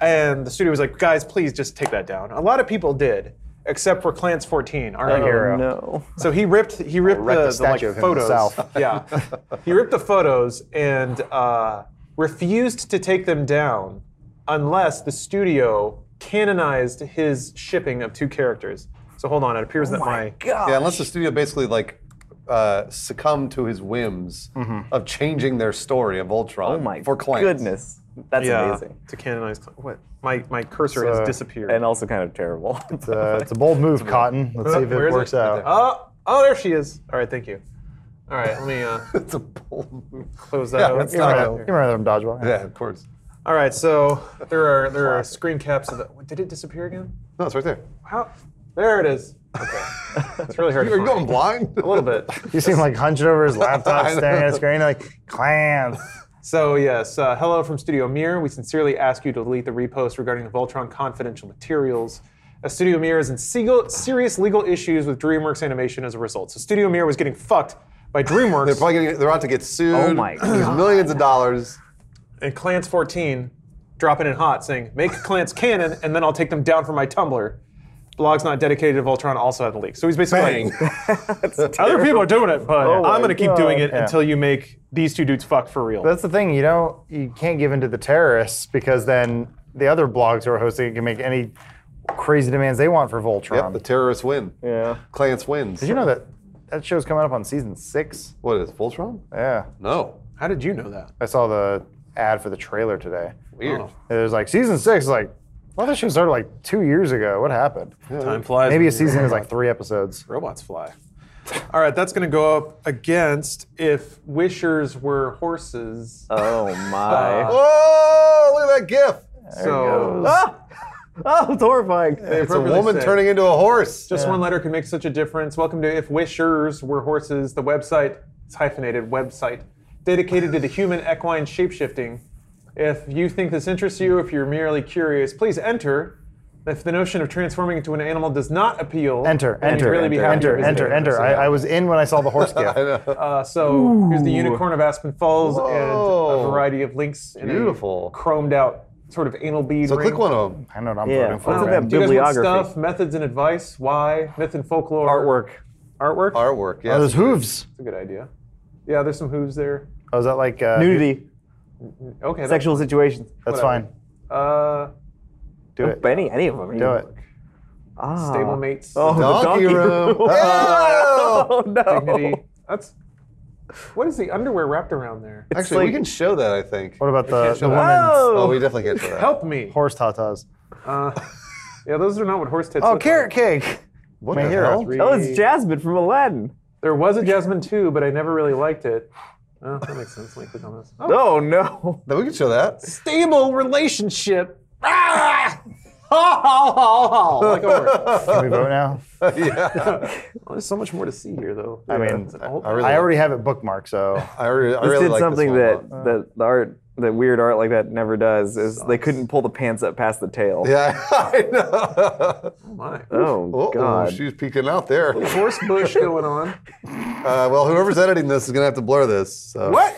F: and the studio was like, "Guys, please just take that down." A lot of people did, except for Clance 14, our
D: Oh,
F: hero.
D: no.
F: So he ripped he ripped
C: wrecked
F: the,
C: a
F: the,
C: statue
F: like
C: of him in the
F: photos.
C: South.
F: Yeah, he ripped the photos and uh, refused to take them down unless the studio canonized his shipping of two characters. So hold on, it appears that my,
B: Yeah, unless the studio basically like uh, succumbed to his whims
F: Mm-hmm.
B: of changing their story of Voltron
D: Oh my
B: for Clank.
D: goodness. That's
F: yeah
D: amazing.
F: to canonize what my my cursor
C: So-
F: has disappeared.
D: And also kind of terrible.
C: It's
B: uh,
C: a, Uh, it's a bold move, Cotton. Let's see if
F: Where
C: it
F: is
C: works
F: Right
C: out.
F: there. Oh, oh, there she is. All right, thank you. All right, let me uh,
B: it's a bold move.
F: close that.
B: Yeah,
F: out.
B: that's
C: You
B: not
C: remember, that, you remember them dodgeball?
B: Yeah, of course.
F: All right, so there are there are screen caps of the. Did it disappear again?
B: No, it's right there.
F: How? Oh, There it is. Okay. It's really hard.
B: Are
F: to
B: you going
F: find.
B: blind?
F: A little bit.
C: You seem like hunched over his laptop,
B: I know.
C: staring at the screen, like clams.
F: So yes, uh, hello from Studio Mir. We sincerely ask you to delete the repost regarding the Voltron confidential materials. Uh, Studio Mir is in segal- serious legal issues with DreamWorks Animation as a result. So Studio Mir was getting fucked by
B: They're
F: DreamWorks,
B: probably gonna, get- they're out to get sued.
D: Oh my
B: There's millions of dollars.
F: and Clance 14 dropping in hot, saying, "Make Clance canon, and then I'll take them down from my Tumblr." Blogs not dedicated to Voltron also had the leak. So he's basically like,
B: Bang.
F: Other people are doing it, but
C: my
F: I'm going to keep
C: God.
F: doing it
C: Yeah.
F: until you make these two dudes fuck for real.
C: That's the thing. You don't. You can't give in to the terrorists because then the other blogs who are hosting it can make any crazy demands they want for
B: yep,
C: Voltron.
B: the terrorists win.
C: Um, yeah.
B: Clance wins.
C: Did you know that that show's coming up on season six?
B: What is it, Voltron?
C: Yeah.
B: No.
F: How did you know that? Oh,
C: I saw the ad for the trailer today.
B: Weird.
C: It was like season six. Like, well, that show started like two years ago. What happened?
F: Time flies.
C: Maybe
F: when
C: a
F: you're-
C: season is like three episodes.
F: robots fly. All right, that's going to go up against if wishers were horses.
D: oh my.
B: Oh, look at that gif.
F: so
D: Ah! Oh, it's horrifying.
B: It's a
F: appropriately
B: woman
F: said.
B: turning into a horse.
F: just one letter can make such a difference. Welcome to if wishers were horses, the website. It's hyphenated website dedicated to the human equine shapeshifting. If you think this interests you, if you're merely curious, please enter. If the notion of transforming into an animal does not appeal,
C: Enter,
F: then you'd
C: enter,
F: really be
C: enter,
F: happy
C: enter,
F: visiting
C: enter, enter.
F: us.
C: I, I was in when I saw the horse gift.
F: Uh, so here's the unicorn of Aspen Falls and
B: Whoa.
F: a variety of links. in a
B: Beautiful.
F: chromed out sort of anal bead
B: so
F: ring.
B: click one of them.
C: I know what I'm
D: Yeah.
C: voting for.
D: Wow.
C: man.
F: Do you guys want
D: Bibliography.
F: stuff, methods and advice? Why? Myth and folklore.
D: Artwork.
F: Artwork?
B: Artwork. Yeah.
C: Oh, those hooves.
F: That's a good idea. Yeah, there's some hooves there.
C: Oh, is that like uh,
D: Nudity.
F: Okay. that-
D: Sexual situations.
C: That's
F: whatever.
C: fine.
F: Uh,
C: Do it.
D: But any, any of them.
C: Do it.
D: Ah.
F: stable mates.
D: Oh, the
B: Donkey
D: donkey
B: room. Oh!
D: oh, no.
F: Dignity. That's. What is the underwear wrapped around there?
B: Actually, we
D: like-
B: can show that. I think.
C: What about the,
F: can't show
C: the
F: that.
C: woman's
B: Oh,
D: Oh.
B: we definitely can't show that.
F: Help me.
C: horse tatas?
F: Uh, yeah, those are not what horse tits
C: Oh,
F: look
C: carrot
F: like.
C: cake.
B: What
C: My
B: the
C: hero.
B: hell?
D: Oh, it's Jasmine from Aladdin.
F: There was a Jasmine too, but I never really liked it. Oh, that makes sense. Let me click on this. Oh,
D: Oh, no.
B: No, we can show that.
F: stable relationship. Ah! Ha, ha, ha, ha. Like a word.
C: Can we vote now?
B: yeah.
F: Well, there's so much more to see here, though.
C: I mean,
F: It's all-
B: I really,
C: I already have it bookmarked, so
B: I really, I
D: This
B: really
D: did
B: like
D: something
B: this
D: that,
B: one.
D: that the art, that weird art like that never does, is they couldn't pull the pants up past the tail.
B: Yeah, I know.
F: oh my.
D: Oh,
B: Oh,
D: God.
B: she's peeking out there. Uh,
F: Horse bush going on.
B: well, whoever's editing this is gonna have to blur this. So.
F: What?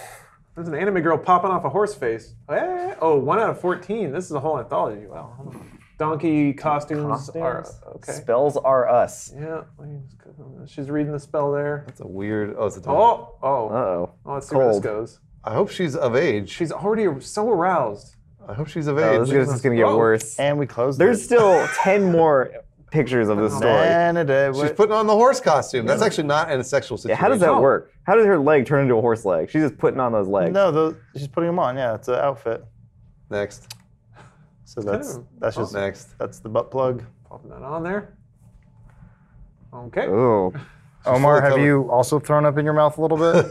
F: There's an anime girl popping off a horse face. Eh, Oh, one out of 14. This is a whole anthology. Wow. hold on. Donkey costumes, are. Okay.
D: Spells are us.
F: yeah. let me just click on this. She's reading the spell there.
B: It's a weird. Oh, it's a. dog.
F: Oh, oh.
D: Uh oh.
F: oh, let's see where this
D: cold.
F: goes.
B: I hope she's of age. She's.
F: She's already so aroused.
B: I hope she's of
D: Oh,
B: age.
D: this is just going to get
F: Whoa.
D: worse.
C: and we closed.
D: There's
C: it.
D: still 10 more pictures of this story.
C: And it, uh,
B: She's putting on the horse costume. That's actually not in a sexual situation.
D: How does that work? How does her leg turn into a horse leg? She's just putting on those legs.
C: no, those, she's putting them on. Yeah, it's an outfit.
B: Next.
C: So that's
F: Oh.
C: that's just
B: Next.
C: that's the butt plug.
F: Popping that on there. Okay.
D: Oh.
C: Omar,
B: fully
C: have
B: covered.
C: you also thrown up in your mouth a little bit?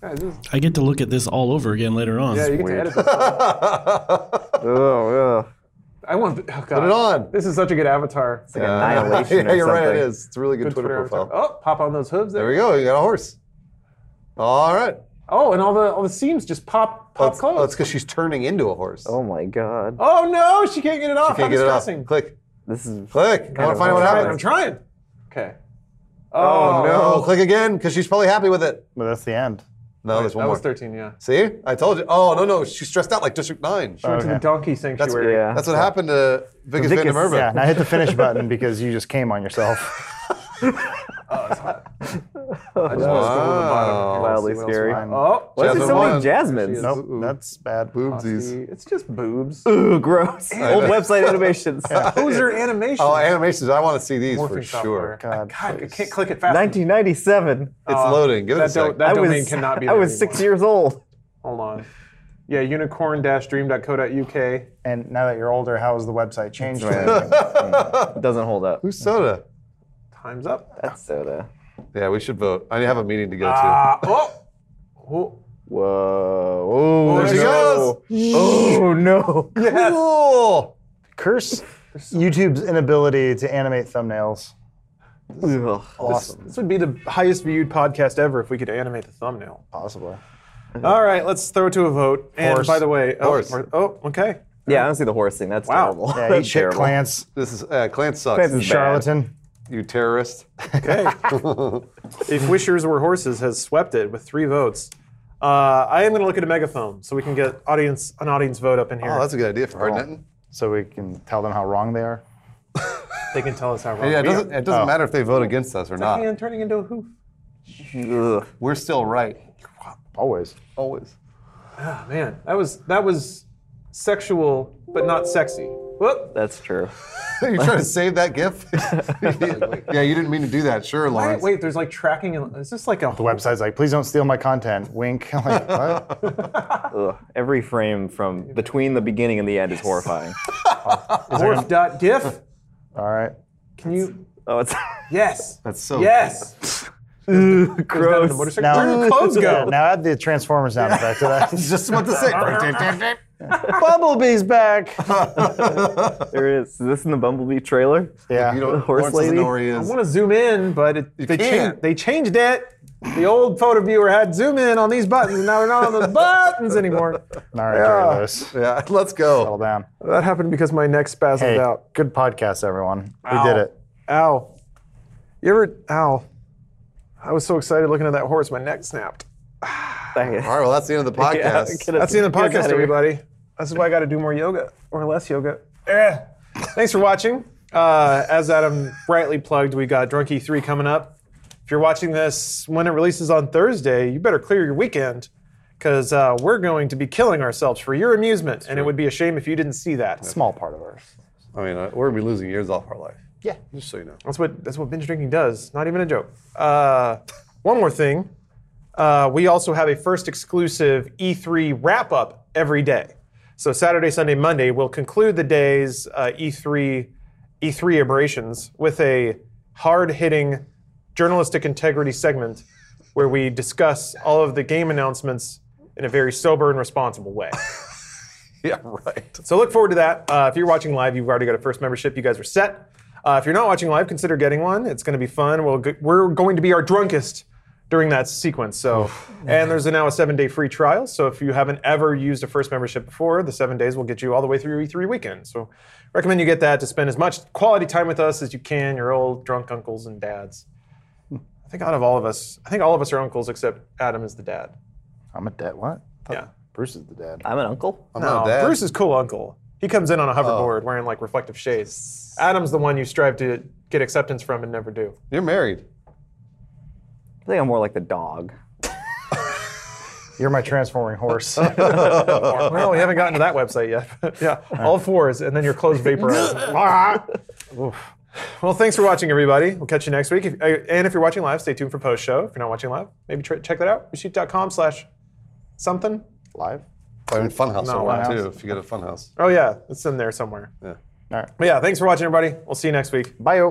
F: Guys, this is-
E: I get to look at this all over again later on.
F: yeah, you get to edit this.
B: Put
D: Oh, yeah.
F: I want. Oh God.
B: it on.
F: This is such a good avatar.
D: It's like annihilation
B: yeah,
D: or
B: you're right. It
D: something.
B: is. It's a really good,
F: Good
D: Oh,
B: Twitter, profile.
F: avatar. Oh, pop on those hooves
B: There
F: there.
B: we go. You got a horse. All right.
F: Oh, and all the all the seams just pop pop
B: That's
F: closed.
B: because she's turning into a horse.
D: Oh my god.
F: oh no, she can't get it off.
B: Can't
F: How
B: get it off.
F: distressing.
B: Click,
D: This is
B: click. I want to
D: of
B: find out what
D: hard.
F: Alright, I'm
B: happens.
F: trying. Okay.
B: Oh no! Click again because she's probably happy with it.
C: But that's the end.
B: No, there's one
F: that
B: more.
F: was 13, yeah.
B: See, I told you. Oh no, no, she's stressed out like District Nine.
F: She went to the
C: Okay.
F: donkey sanctuary.
D: yeah.
B: That's what happened to Vickers Van
D: Vickers,
B: der Merwe.
C: Yeah, and I hit the finish button because you just came on yourself.
F: I just want to scroll to the bottom.
B: Wow.
D: wildly
B: see what else
D: scary.
C: Fine.
F: Oh,
D: Why is
B: Jasmine
D: there so
B: won.
D: many Jasmines?
B: There
C: nope, that's bad.
B: Boobsies.
F: it's just boobs.
D: Ooh, gross. Old
B: know.
D: website animations.
F: Poser animation.
B: Oh, animations! I want to see these for
F: Morphing software.
B: sure.
F: God,
C: God,
F: I can't click it fast.
D: 1997.
B: It's loading. Give it a
F: That, do-
B: sec.
F: that
D: I
F: domain
D: was,
F: cannot be
D: I
F: there
D: was
F: anymore.
D: six years old.
F: Hold on. Yeah, unicorn-dream.co.uk.
C: And now that you're older, how has the website changed?
D: It doesn't hold up.
B: Who's soda?
F: Time's up.
D: That's soda.
B: Yeah, we should vote. I have a meeting to go to.
F: Ah, oh. oh.
D: Whoa. Oh,
F: there
B: there she goes.
C: oh no!
B: Cool.
C: Curse YouTube's inability to animate thumbnails. Awesome.
F: This would be the highest viewed podcast ever if we could animate the thumbnail.
C: Possibly.
F: All right, let's throw it to a vote. And
C: Horse.
F: by the way, oh,
B: Horse.
F: we're- oh, okay.
D: Yeah, I don't see the horse thing. That's
F: Wow.
D: terrible.
C: Yeah, eat
D: That's
C: shit,
D: terrible.
C: Clance.
B: This is uh, Clance sucks.
D: Clance is-
C: Charlatan.
B: You terrorist. Oh,
F: Okay. if Wishers Were Horses has swept it with three votes, uh, I am going to look at a megaphone so we can get audience an audience vote up in here.
B: Oh, that's a good idea for hardnetting.
C: So we can tell them how wrong they are.
F: they can tell us how wrong.
B: Yeah, it
F: we are.
B: doesn't, it doesn't matter if they vote against us or not.
F: Hand turning into a hoof.
D: Ugh.
B: We're still right.
C: Always.
B: Always.
F: Oh, man, that was that was sexual but not sexy. Whoop.
D: That's true.
B: you trying to save that gif? yeah, you didn't mean to do that. Sure,
F: Why-
B: Lawrence.
F: Wait, there's like tracking. and- Is this like a
C: The website's like, please don't steal my content. Wink. I'm like, what?
D: Ugh. Every frame from between the beginning and the end is horrifying.
F: horse dot diff?
C: All right.
F: Can you?
D: Oh, it's
F: Yes.
B: That's so.
F: Yes. Down to the
D: gross.
F: motorcycle. Where did your clothes
C: Yeah,
F: go?
C: now add the Transformers sound effect to that.
B: Just about to say.
C: Bumblebee's back.
D: There it is. Is this in the Bumblebee trailer?
C: Yeah.
B: You don't,
D: Horse
B: Lawrence doesn't know
D: lady?
B: where he
F: I
B: is.
F: want to zoom in, but it, they,
B: can't.
F: changed, they changed it. The old photo viewer had zoom in on these buttons, and now they're not on the buttons anymore.
C: All right, Jerry Lewis.
B: Yeah, let's
C: Settle
B: go.
C: down.
F: That happened because my neck spasmed
C: Hey,
F: out.
C: good podcast, everyone.
F: Ow.
C: We did it.
F: Ow. You ever? Ow. I was so excited looking at that horse, my neck snapped.
B: All right, well, that's the end of the
D: Yeah,
B: podcast.
D: get us-
F: That's the end of the
D: get us
F: podcast,
D: outta here.
F: everybody. This is why I got to do more yoga or less yoga. Eh. Thanks for watching. Uh, as Adam rightly plugged, we got Drunky 3 coming up. If you're watching this when it releases on Thursday, you better clear your weekend because uh, we're going to be killing ourselves for your amusement. and it would be a shame if you didn't see that.
C: Small part of ours.
B: I mean, uh, we're going to be losing years off our life.
C: Yeah.
B: Just so you know.
F: That's what, that's what binge drinking does. Not even a joke. Uh, one more thing. Uh, we also have a first exclusive E3 wrap up every day. So Saturday, Sunday, Monday, we'll conclude the day's uh, E3 E3 aberrations with a hard hitting journalistic integrity segment where we discuss all of the game announcements in a very sober and responsible way.
B: Yeah, right.
F: So look forward to that. Uh, if you're watching live, you've already got a first membership. You guys are set. Uh, if you're not watching live, consider getting one. It's going to be fun. We'll g- we're going to be our drunkest during that sequence. So, and there's now a seven-day free trial. So if you haven't ever used a first membership before, the seven days will get you all the way through E3 weekend. So, recommend you get that to spend as much quality time with us as you can, your old drunk uncles and dads. I think out of all of us, I think all of us are uncles except Adam is the dad.
C: I'm a dad. What?
F: Yeah.
C: Bruce is the dad.
D: I'm an uncle.
B: I'm
F: No,
B: not dad.
F: Oh,
B: Oh.
F: Bruce is cool uncle. He comes in on a hoverboard wearing like reflective shades. Adam's the one you strive to get acceptance from and never do.
B: You're married.
D: I think I'm more like the dog.
C: You're my transforming horse.
B: Oh.
F: well, we haven't gotten to that website yet. yeah, all fours, and then your clothes vaporize. well, thanks for watching, everybody. We'll catch you next week. If, uh, and if you're watching live, stay tuned for post show. If you're not watching live, maybe try, check that out. Resheet.com slash something.
C: Live?
B: I'm in Funhouse
F: No,
B: no, one,
C: Funhouse.
B: too, if you get a Funhouse.
F: Oh, yeah, it's in there somewhere.
B: Yeah.
C: All right.
F: But yeah, thanks for watching, everybody. We'll see you next week.
C: Bye.